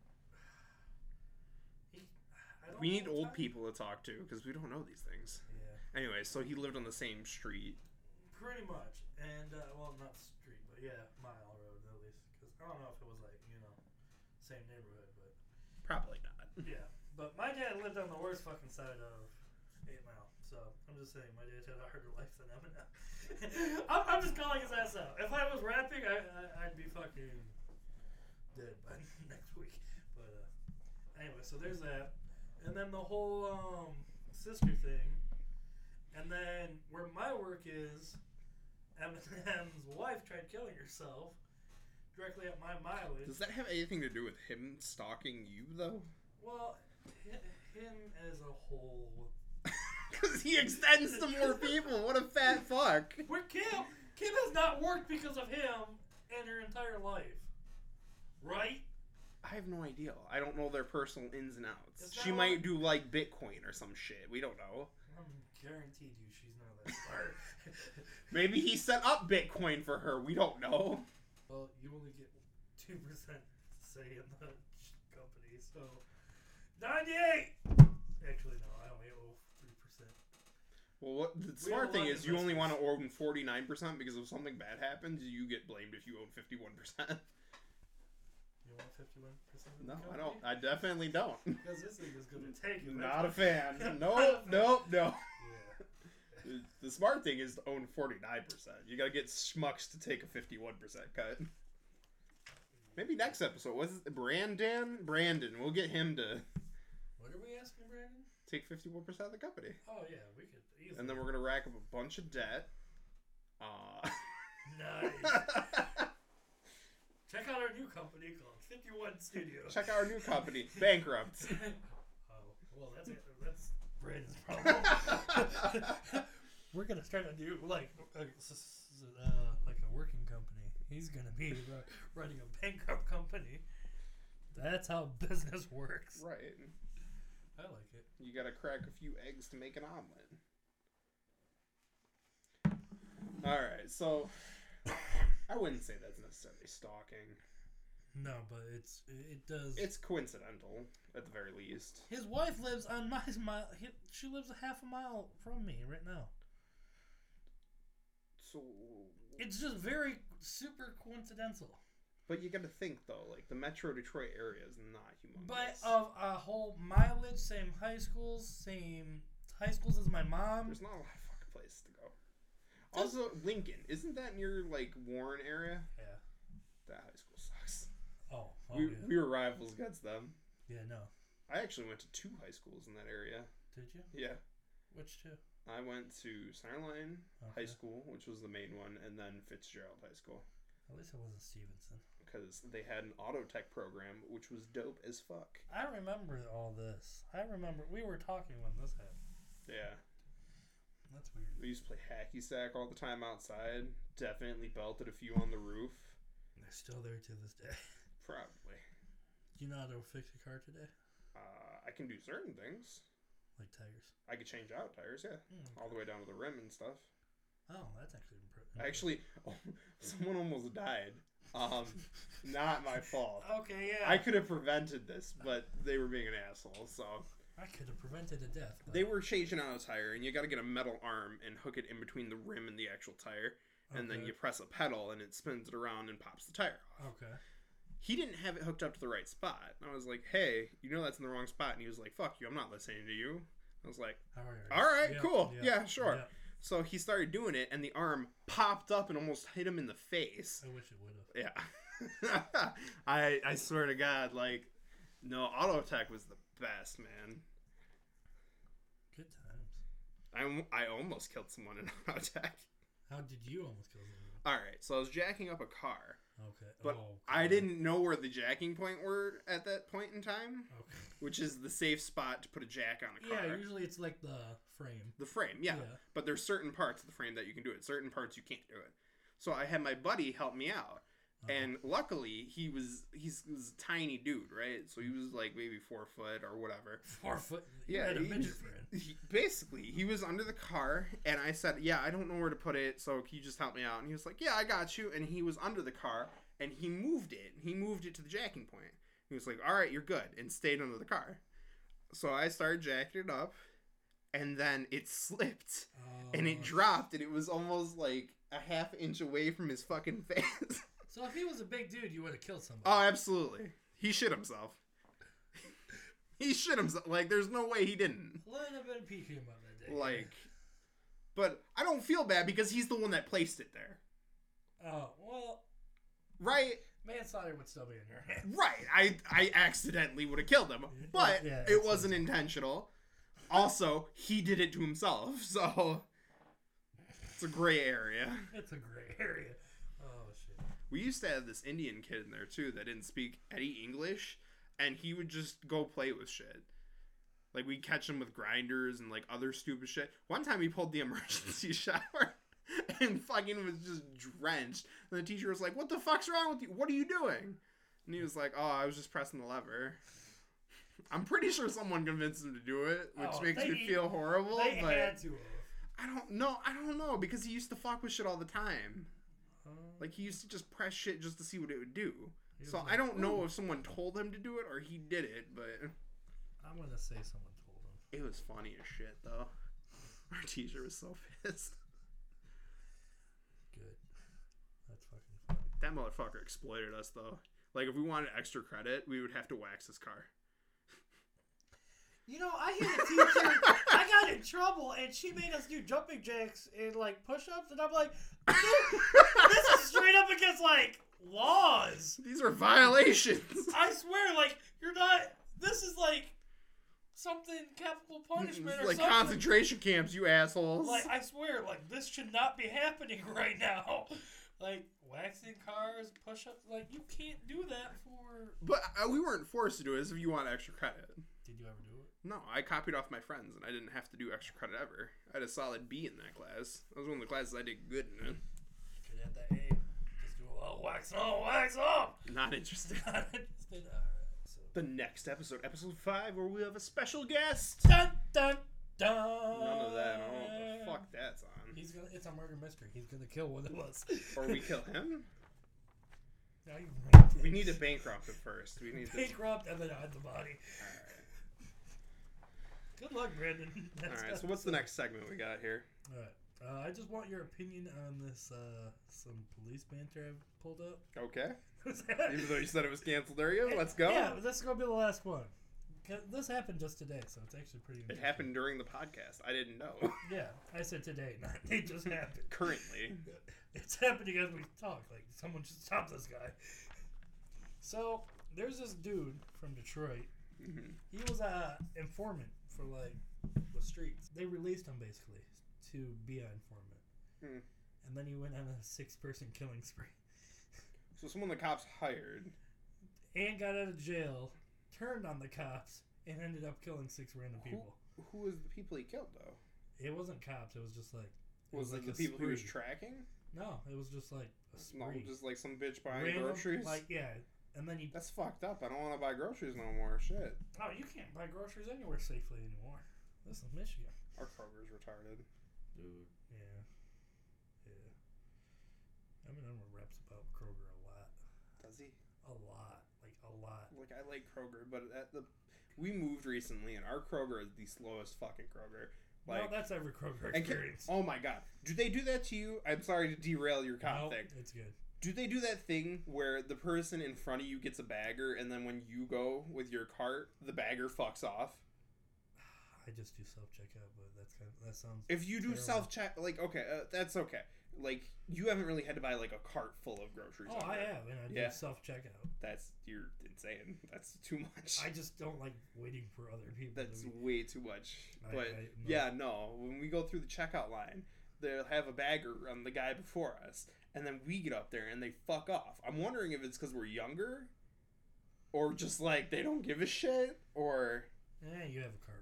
Speaker 2: He, I don't
Speaker 1: We
Speaker 2: know
Speaker 1: need
Speaker 2: what's
Speaker 1: old
Speaker 2: happening.
Speaker 1: people to talk to because we don't know these things.
Speaker 2: Yeah.
Speaker 1: Anyway, so he lived on the same street.
Speaker 2: Pretty much, and uh, well, not street, but yeah, mile road at least, because I don't know if it was like you know, same neighborhood, but
Speaker 1: Probably not.
Speaker 2: yeah. But my dad lived on the worst fucking side of Eight Mile, so I'm just saying my dad had a harder life than Eminem. I'm, I'm just calling his ass out. If I was rapping, I, I I'd be fucking dead by next week. But uh, anyway, so there's that, and then the whole um, sister thing, and then where my work is, Eminem's wife tried killing herself directly at my mileage.
Speaker 1: Does that have anything to do with him stalking you though?
Speaker 2: Well, hi- him as a whole.
Speaker 1: Because he extends to more people. What a fat fuck.
Speaker 2: Where Kim? Kim has not worked because of him in her entire life. Right?
Speaker 1: I have no idea. I don't know their personal ins and outs.
Speaker 2: It's
Speaker 1: she
Speaker 2: not
Speaker 1: might
Speaker 2: like-
Speaker 1: do like Bitcoin or some shit. We don't know.
Speaker 2: I'm guaranteed you she's not that smart.
Speaker 1: Maybe he set up Bitcoin for her. We don't know.
Speaker 2: well, you only get 2% say in the company, so. 98! Actually, no, I only owe 3%.
Speaker 1: Well, what the
Speaker 2: a
Speaker 1: smart thing
Speaker 2: lot of
Speaker 1: is, you only want to
Speaker 2: investors.
Speaker 1: own forty nine percent because if something bad happens, you get blamed if you own fifty one percent.
Speaker 2: You want 51%?
Speaker 1: No, I don't. I definitely don't.
Speaker 2: Because this thing is going to take you.
Speaker 1: Not a fan. Nope, nope, no.
Speaker 2: Yeah.
Speaker 1: The smart thing is to own forty nine percent. You gotta get schmucks to take a fifty one percent cut. Maybe next episode was it Brandon. Brandon, we'll get him to
Speaker 2: What are we asking, Brandon?
Speaker 1: take fifty one percent of the company,
Speaker 2: Oh, yeah, we could easily.
Speaker 1: and then we're gonna rack up a bunch of debt. Uh,
Speaker 2: Nice. Check out our new company called 51 Studios.
Speaker 1: check out our new company, bankrupt.
Speaker 2: oh, well, that's it. That's Brandon's problem. We're gonna start a new like uh, s- s- uh, like a working company. He's gonna be ru- running a bankrupt company. That's how business works.
Speaker 1: Right.
Speaker 2: I like it.
Speaker 1: You gotta crack a few eggs to make an omelet. Alright, so I wouldn't say that's necessarily stalking.
Speaker 2: No, but it's it does.
Speaker 1: It's coincidental, at the very least.
Speaker 2: his wife lives on my mile. he- She lives a half a mile from me right now.
Speaker 1: So
Speaker 2: It's just very super coincidental.
Speaker 1: But you gotta think though, like the Metro Detroit area is not humongous.
Speaker 2: But um, of a whole mileage, same high schools, same high schools as my mom.
Speaker 1: there's not a lot of fucking places to go. Also, Lincoln, isn't that near like Warren area?
Speaker 2: Yeah.
Speaker 1: That high school sucks.
Speaker 2: Oh. oh
Speaker 1: we,
Speaker 2: yeah.
Speaker 1: we were rivals against them.
Speaker 2: yeah. No.
Speaker 1: I actually went to two high schools in that area.
Speaker 2: Did you?
Speaker 1: Yeah.
Speaker 2: Which two?
Speaker 1: I went to Centerline
Speaker 2: Okay.
Speaker 1: High School, which was the main one, and then Fitzgerald High School
Speaker 2: At least it wasn't Stevenson.
Speaker 1: because they had an auto tech program, which was dope as fuck.
Speaker 2: I remember all this. I remember we were talking when this happened.
Speaker 1: Yeah,
Speaker 2: That's weird.
Speaker 1: we used to play hacky sack all the time outside. Definitely belted a few on the roof.
Speaker 2: They're still there to this day.
Speaker 1: Probably.
Speaker 2: Do you know how to fix a car today?
Speaker 1: Uh, I can do certain things.
Speaker 2: Like tires.
Speaker 1: I could change out tires, yeah,
Speaker 2: Hmm.
Speaker 1: all the way down to the rim and stuff.
Speaker 2: Oh, that's actually impressive.
Speaker 1: I actually, oh, someone almost died. Um, not my fault.
Speaker 2: Okay. Oh, Yeah.
Speaker 1: I could have prevented this, but they were being an asshole, so.
Speaker 2: I could have prevented a death. but-
Speaker 1: They were changing out a tire, and you got to get a metal arm and hook it in between the rim and the actual tire, and then
Speaker 2: Okay. Oh.
Speaker 1: you press a pedal, and it spins it around and pops the tire off.
Speaker 2: Okay.
Speaker 1: He didn't have it hooked up to the right spot. And I was like, "Hey, you know that's in the wrong spot," and he was like, "Fuck you, I'm not listening to you." I was like,
Speaker 2: How are you?
Speaker 1: "All right,
Speaker 2: Yeah,
Speaker 1: cool, yeah, sure."
Speaker 2: yeah.
Speaker 1: So he started doing it, and the arm popped up and almost hit him in the face.
Speaker 2: I wish it would have.
Speaker 1: Yeah, I I swear to God, like, no, Auto Attack was the best, man.
Speaker 2: Good times.
Speaker 1: I, I almost killed someone in Auto Attack.
Speaker 2: How did you almost kill someone?
Speaker 1: All right, so I was jacking up a car,
Speaker 2: Okay.
Speaker 1: But
Speaker 2: oh,
Speaker 1: I
Speaker 2: God.
Speaker 1: didn't know where the jacking point were at that point in time,
Speaker 2: Okay.
Speaker 1: which is the safe spot to put a jack on a car.
Speaker 2: Yeah, usually it's like the frame. Uh-huh.
Speaker 1: the frame, yeah. But there's certain parts of the frame that you can do it. Certain parts you can't do it. So I had my buddy help me out,
Speaker 2: Uh-huh.
Speaker 1: and luckily he was he's, he's a tiny dude, right? So he
Speaker 2: Mm-hmm.
Speaker 1: was like maybe four foot or whatever.
Speaker 2: four foot. you
Speaker 1: Yeah,
Speaker 2: had a
Speaker 1: he-
Speaker 2: midget friend.
Speaker 1: He, basically, he was under the car, and I said, "Yeah, I don't know where to put it, so can you just help me out?" And he was like, "Yeah, I got you." And he was under the car, and he moved it. He moved it to the jacking point. He was like, "All right, you're good," and stayed under the car. So I started jacking it up, and then it slipped and it
Speaker 2: Oh.
Speaker 1: dropped, and it was almost like a half inch away from his fucking face.
Speaker 2: So if he was a big dude, you would have killed somebody.
Speaker 1: oh, absolutely, he shit himself. he shit himself. Like, there's no way he didn't.
Speaker 2: a little bit of peeking about that day.
Speaker 1: like but i don't feel bad because he's the one that placed it there
Speaker 2: oh well,
Speaker 1: right
Speaker 2: manslaughter would still be in your hand.
Speaker 1: right i i accidentally would have killed him but
Speaker 2: Yeah, that's
Speaker 1: it wasn't intentional also he did it to himself so it's a gray area
Speaker 2: It's a gray area. Oh shit.
Speaker 1: we used to have this indian kid in there too that didn't speak any english and he would just go play with shit like we'd catch him with grinders and like other stupid shit one time he pulled the emergency shower and fucking was just drenched and the teacher was like what the fuck's wrong with you what are you doing and he was like oh i was just pressing the lever i'm pretty sure someone convinced him to do it which
Speaker 2: Oh,
Speaker 1: makes
Speaker 2: they-
Speaker 1: me feel horrible
Speaker 2: they
Speaker 1: but
Speaker 2: had to. have.
Speaker 1: i don't know i don't know because he used to fuck with shit all the time
Speaker 2: Um,
Speaker 1: like he used to just press shit just to see what it would do.
Speaker 2: he
Speaker 1: So
Speaker 2: was
Speaker 1: I
Speaker 2: like,
Speaker 1: don't know
Speaker 2: "Ooh."
Speaker 1: if someone told him to do it or he did it, but
Speaker 2: Um, I'm gonna say someone told him.
Speaker 1: it was funny as shit though. Our teacher was so pissed.
Speaker 2: Good. That's fucking funny.
Speaker 1: That motherfucker exploited us though. Like if we wanted extra credit, we would have to wax his car.
Speaker 2: You know, I had a teacher. I got in trouble, and she made us do jumping jacks and like push-ups, and I'm like, this is straight up against like laws.
Speaker 1: These are violations.
Speaker 2: I swear, like you're not. This is like something capital punishment or
Speaker 1: like
Speaker 2: something.
Speaker 1: concentration camps, you assholes.
Speaker 2: Like I swear, like this should not be happening right now. Like waxing cars, push-ups. Like you can't do that for.
Speaker 1: but uh, we weren't forced to do this if you want extra credit.
Speaker 2: Did you ever do it?
Speaker 1: No, I copied off my friends and I didn't have to do extra credit ever. I had a solid B in that class. That was one of the classes I did good in.
Speaker 2: Could have that A. Just do a little wax on, wax off.
Speaker 1: Not interested.
Speaker 2: Alright, so.
Speaker 1: the next episode, episode five, where we have a special guest.
Speaker 2: Dun dun dun.
Speaker 1: None of that. I don't know what the fuck that's on.
Speaker 2: He's gonna. It's a murder mystery. He's gonna kill one of us.
Speaker 1: Or we kill him.
Speaker 2: Now you raped
Speaker 1: We
Speaker 2: him.
Speaker 1: need to bankrupt it first. We need to.
Speaker 2: bankrupt and then hide the body. Good luck, Brandon.
Speaker 1: All right. So what's the next segment we got here?
Speaker 2: All right. Uh, I just want your opinion on this. Uh, some police banter I've pulled up.
Speaker 1: Okay. Even though you said it was canceled earlier, let's go.
Speaker 2: Yeah, this is gonna be the last one. 'Cause This happened just today, so it's actually pretty.
Speaker 1: It
Speaker 2: interesting.
Speaker 1: happened during the podcast. I didn't know.
Speaker 2: Yeah, I said today, not it just happened.
Speaker 1: Currently,
Speaker 2: It's happening as we talk. Like someone should stop this guy. So there's this dude from Detroit.
Speaker 1: Mhm.
Speaker 2: He was a informant for like the streets. They released him basically to be an informant,
Speaker 1: Hmm.
Speaker 2: and then he went on a six-person killing spree
Speaker 1: so someone the cops hired.
Speaker 2: and got out of jail, turned on the cops, and ended up killing six random
Speaker 1: Who-
Speaker 2: people.
Speaker 1: Who was the people he killed though?
Speaker 2: It wasn't cops. It was just like it
Speaker 1: Was it
Speaker 2: like
Speaker 1: the
Speaker 2: a
Speaker 1: people he was
Speaker 2: spree.
Speaker 1: tracking?
Speaker 2: no, it was just like a
Speaker 1: No,
Speaker 2: spree.
Speaker 1: just like some bitch buying
Speaker 2: Random,
Speaker 1: groceries.
Speaker 2: Like yeah, and then he
Speaker 1: That's fucked up. I don't want to buy groceries no more. Shit.
Speaker 2: Oh, you can't buy groceries anywhere safely anymore. This is Michigan.
Speaker 1: Our Kroger's retarded.
Speaker 2: Dude. Yeah. Yeah. I mean, I'm a reps about Kroger a lot.
Speaker 1: Does he?
Speaker 2: A lot. Like, a lot.
Speaker 1: Like I like Kroger, but at the we moved recently, and our Kroger is the slowest fucking Kroger.
Speaker 2: well,
Speaker 1: Like,
Speaker 2: that's every Kroger
Speaker 1: and can-
Speaker 2: experience.
Speaker 1: oh my god, do they do that to you? I'm sorry to derail your cop
Speaker 2: Nope,
Speaker 1: thing.
Speaker 2: it's good.
Speaker 1: Do they do that thing where the person in front of you gets a bagger, and then when you go with your cart, the bagger fucks off?
Speaker 2: I just do self checkout, but that's kind of, that sounds.
Speaker 1: If you do
Speaker 2: Terrible.
Speaker 1: self check, like okay, uh, that's okay. Like you haven't really had to buy like a cart full of groceries.
Speaker 2: Oh,
Speaker 1: ever.
Speaker 2: I have, and I
Speaker 1: Yeah.
Speaker 2: do self checkout.
Speaker 1: That's you're insane. That's too much.
Speaker 2: I just don't like waiting for other people.
Speaker 1: That's
Speaker 2: to be-
Speaker 1: way too much.
Speaker 2: I-
Speaker 1: but
Speaker 2: I- no.
Speaker 1: yeah, no. When we go through the checkout line, they'll have a bagger on the guy before us, and then we get up there and they fuck off. I'm wondering if it's because we're younger, or just like they don't give a shit, or
Speaker 2: Yeah, Eh, you have a cart.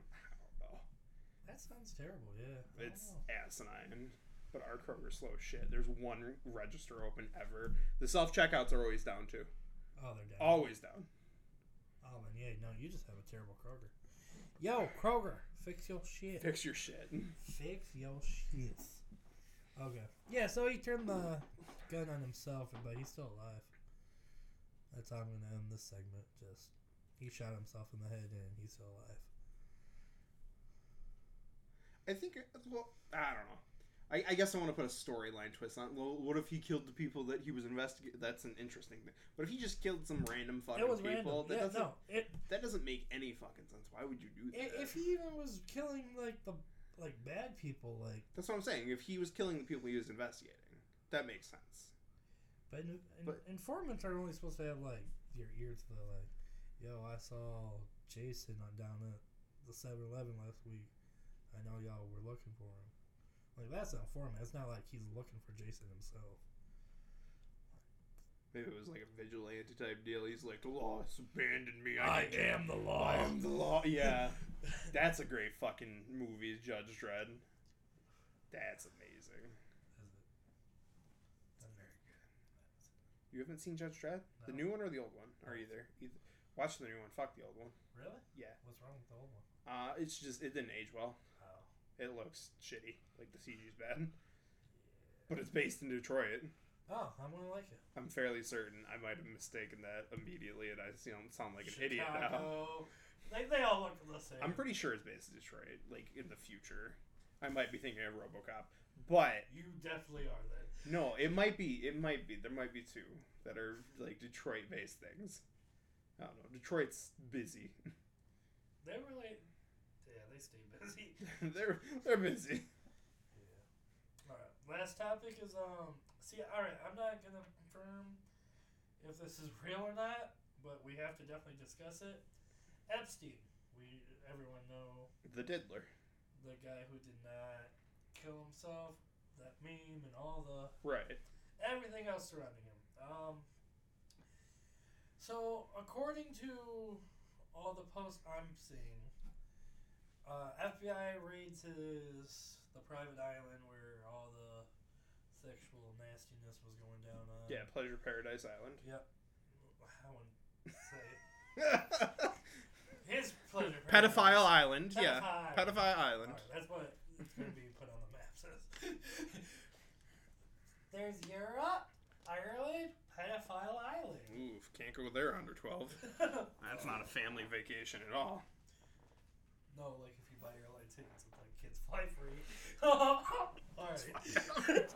Speaker 1: I don't know.
Speaker 2: That sounds terrible. Yeah. I
Speaker 1: It's
Speaker 2: don't know.
Speaker 1: asinine. But our Kroger's slow as shit. There's one register open ever. The self checkouts are always down too.
Speaker 2: oh, they're dead.
Speaker 1: Always down.
Speaker 2: Oh man, yeah, no, you just have a terrible Kroger. Yo, Kroger, fix your shit.
Speaker 1: Fix your shit.
Speaker 2: Fix your shit. Okay. Yeah, so he turned the gun on himself, but he's still alive. That's how I'm gonna end this segment. Just he shot himself in the head and he's still alive.
Speaker 1: I think. uh, Well, I don't know. I, I guess I want to put a storyline twist on. it. Well, what if he killed the people that he was investigating? That's an interesting thing. What if he just killed some random fucking
Speaker 2: it was
Speaker 1: people?
Speaker 2: random.
Speaker 1: That
Speaker 2: yeah,
Speaker 1: doesn't
Speaker 2: no. It,
Speaker 1: that doesn't make any fucking sense. Why would you do
Speaker 2: i
Speaker 1: that?
Speaker 2: if he even was killing like the like bad people, like
Speaker 1: That's what I'm saying. If he was killing the people he was investigating, that makes sense.
Speaker 2: But, in, in-
Speaker 1: But-
Speaker 2: informants are only supposed to have like your ear to the like, yo, I saw Jason on down at the 7-Eleven last week. I know y'all were looking for him. Like that's an informant. It's not like he's looking for Jason himself.
Speaker 1: Maybe it was like a vigilante type deal. He's like, the law has abandoned me. I, can-
Speaker 2: the
Speaker 1: I am the law. Yeah. That's a great fucking movie, Judge Dredd. That's amazing. You haven't seen Judge Dredd? The
Speaker 2: No.
Speaker 1: new one or the old one? Or either. either. Watch the new one. Fuck the old one.
Speaker 2: Really?
Speaker 1: Yeah.
Speaker 2: What's wrong with the old one?
Speaker 1: Uh, it's just, it didn't age well.
Speaker 2: Oh.
Speaker 1: It looks shitty. Like, the CG's bad. But it's based in Detroit.
Speaker 2: Oh, I'm gonna like it.
Speaker 1: I'm fairly certain I might have mistaken that immediately, and I sound, sound like an idiot now.
Speaker 2: Chicago. They, they all look the same.
Speaker 1: I'm pretty sure it's based in Detroit, like in the future. I might be thinking of RoboCop, but
Speaker 2: You definitely are then.
Speaker 1: no, it might be. It might be. There might be two that are like Detroit-based things. I don't know. Detroit's busy.
Speaker 2: They were like, yeah, they stay busy.
Speaker 1: they're they're busy.
Speaker 2: Yeah. All right. Last topic is um. See, all right. I'm not gonna confirm if this is real or not, but we have to definitely discuss it. Epstein. We everyone know
Speaker 1: The diddler.
Speaker 2: the guy who did not kill himself. That meme and all the
Speaker 1: Right.
Speaker 2: everything else surrounding him. Um, so, according to all the posts I'm seeing, uh, FBI raids his the private island where all the sexual nastiness was going down on.
Speaker 1: Yeah. Pleasure Paradise Island.
Speaker 2: Yep. I wouldn't say it. his pleasure.
Speaker 1: Pedophile Island.
Speaker 2: Pedophile.
Speaker 1: Yeah. Pedophile Island.
Speaker 2: Alright, that's what it's going to be put on the map says. There's Europe, Ireland, pedophile island.
Speaker 1: Oof. Can't go there under twelve.
Speaker 2: no,
Speaker 1: That's not a family vacation at all.
Speaker 2: like if you buy airline tickets, it's like kids fly free. Alright.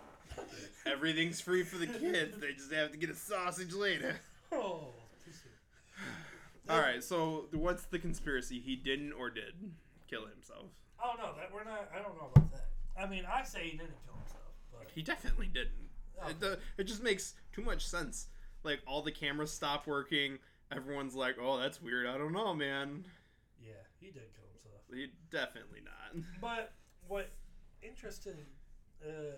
Speaker 1: Everything's free for the kids. They just have to get a sausage later.
Speaker 2: oh, too soon.
Speaker 1: All right, so what's the conspiracy? He didn't or did kill himself?
Speaker 2: Oh no, that we're not. I don't know about that. I mean, I say he didn't kill himself, but
Speaker 1: He definitely didn't. It, do- it just makes too much sense. Like all the cameras stop working. Everyone's like, "Oh, that's weird. I don't know, man."
Speaker 2: yeah, he did kill himself.
Speaker 1: He definitely not.
Speaker 2: But what interesting? Uh,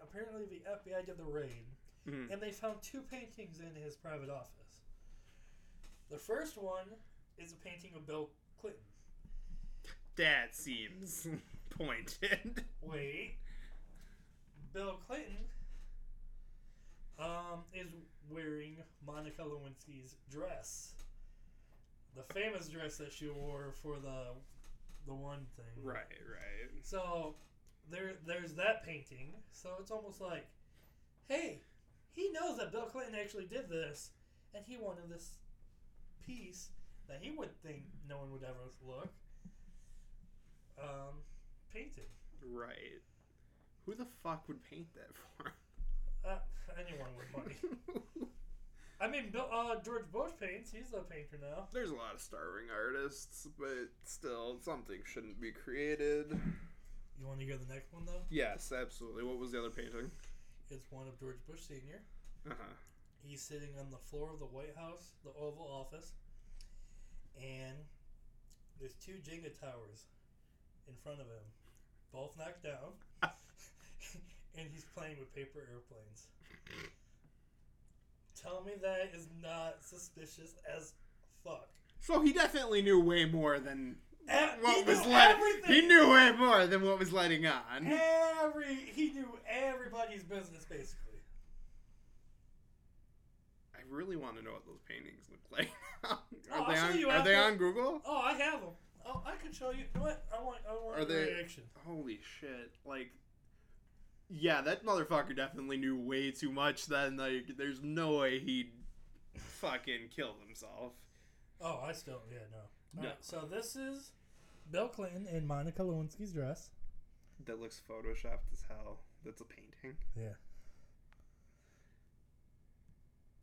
Speaker 2: apparently, the FBI did the raid,
Speaker 1: Mhm.
Speaker 2: and they found two paintings in his private office. The first one is a painting of Bill Clinton.
Speaker 1: That seems pointed.
Speaker 2: Wait. Bill Clinton um, is wearing Monica Lewinsky's dress. The famous dress that she wore for the the one thing.
Speaker 1: right, right.
Speaker 2: So there there's that painting. So it's almost like, hey, he knows that Bill Clinton actually did this and he wanted this piece that he would think no one would ever look. Um painted.
Speaker 1: Right. Who the fuck would paint that for?
Speaker 2: Uh, anyone with money. I mean, Bill, uh, George Bush paints. He's a painter now.
Speaker 1: There's a lot of starving artists, but still, something shouldn't be created.
Speaker 2: You want to hear the next one though?
Speaker 1: Yes, absolutely. What was the other painting?
Speaker 2: It's one of George Bush Senior.
Speaker 1: Uh
Speaker 3: Uh-huh.
Speaker 1: huh.
Speaker 2: He's sitting on the floor of the White House, the Oval Office, and there's two Jenga towers in front of him, both knocked down. and he's playing with paper airplanes. Tell me that is not suspicious as fuck.
Speaker 3: So he definitely knew way more than
Speaker 2: Ev-
Speaker 3: what
Speaker 2: he
Speaker 3: was
Speaker 2: knew
Speaker 3: let.
Speaker 2: everything.
Speaker 3: He knew way more than what was letting on.
Speaker 2: Every he knew everybody's business basically.
Speaker 3: I really want to know what those paintings look like. are
Speaker 2: Oh, I'll
Speaker 3: they
Speaker 2: show
Speaker 3: on?
Speaker 2: you
Speaker 3: Are they
Speaker 2: after.
Speaker 3: on Google?
Speaker 2: Oh, I have them. Oh, I can show you. You know What I want, I want
Speaker 3: Are
Speaker 2: your
Speaker 3: they-
Speaker 2: reaction.
Speaker 3: Holy shit! Like, yeah, that motherfucker definitely knew way too much. Then like, there's no way he'd fucking kill himself.
Speaker 2: Oh, I still yeah no. All
Speaker 3: No.
Speaker 2: right, so this is Bill Clinton in Monica Lewinsky's dress.
Speaker 1: That looks photoshopped as hell. That's a painting.
Speaker 2: Yeah.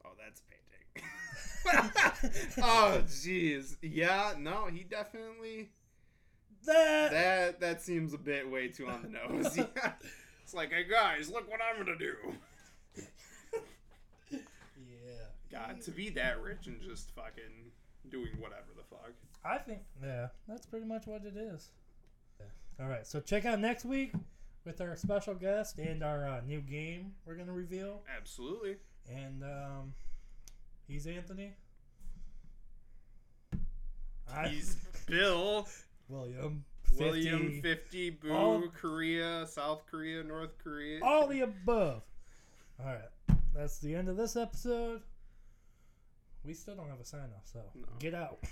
Speaker 1: Oh, that's a painting. oh, jeez. Yeah, no, he definitely.
Speaker 2: That.
Speaker 1: That that seems a bit way too on the nose. Yeah. It's like, hey guys, look what I'm gonna do.
Speaker 2: Yeah.
Speaker 1: God, to be that rich and just fucking doing whatever the fuck.
Speaker 2: I think yeah, that's pretty much what it is. All right, so check out next week with our special guest and our uh, new game we're gonna reveal.
Speaker 1: Absolutely.
Speaker 2: And um, he's Anthony. I,
Speaker 3: He's Bill
Speaker 2: William. 50,
Speaker 3: William Fifty Boo
Speaker 2: All-
Speaker 3: Korea, South Korea, North Korea.
Speaker 2: All the above. All right, that's the end of this episode. We still don't have a sign off, so
Speaker 3: No.
Speaker 2: get out.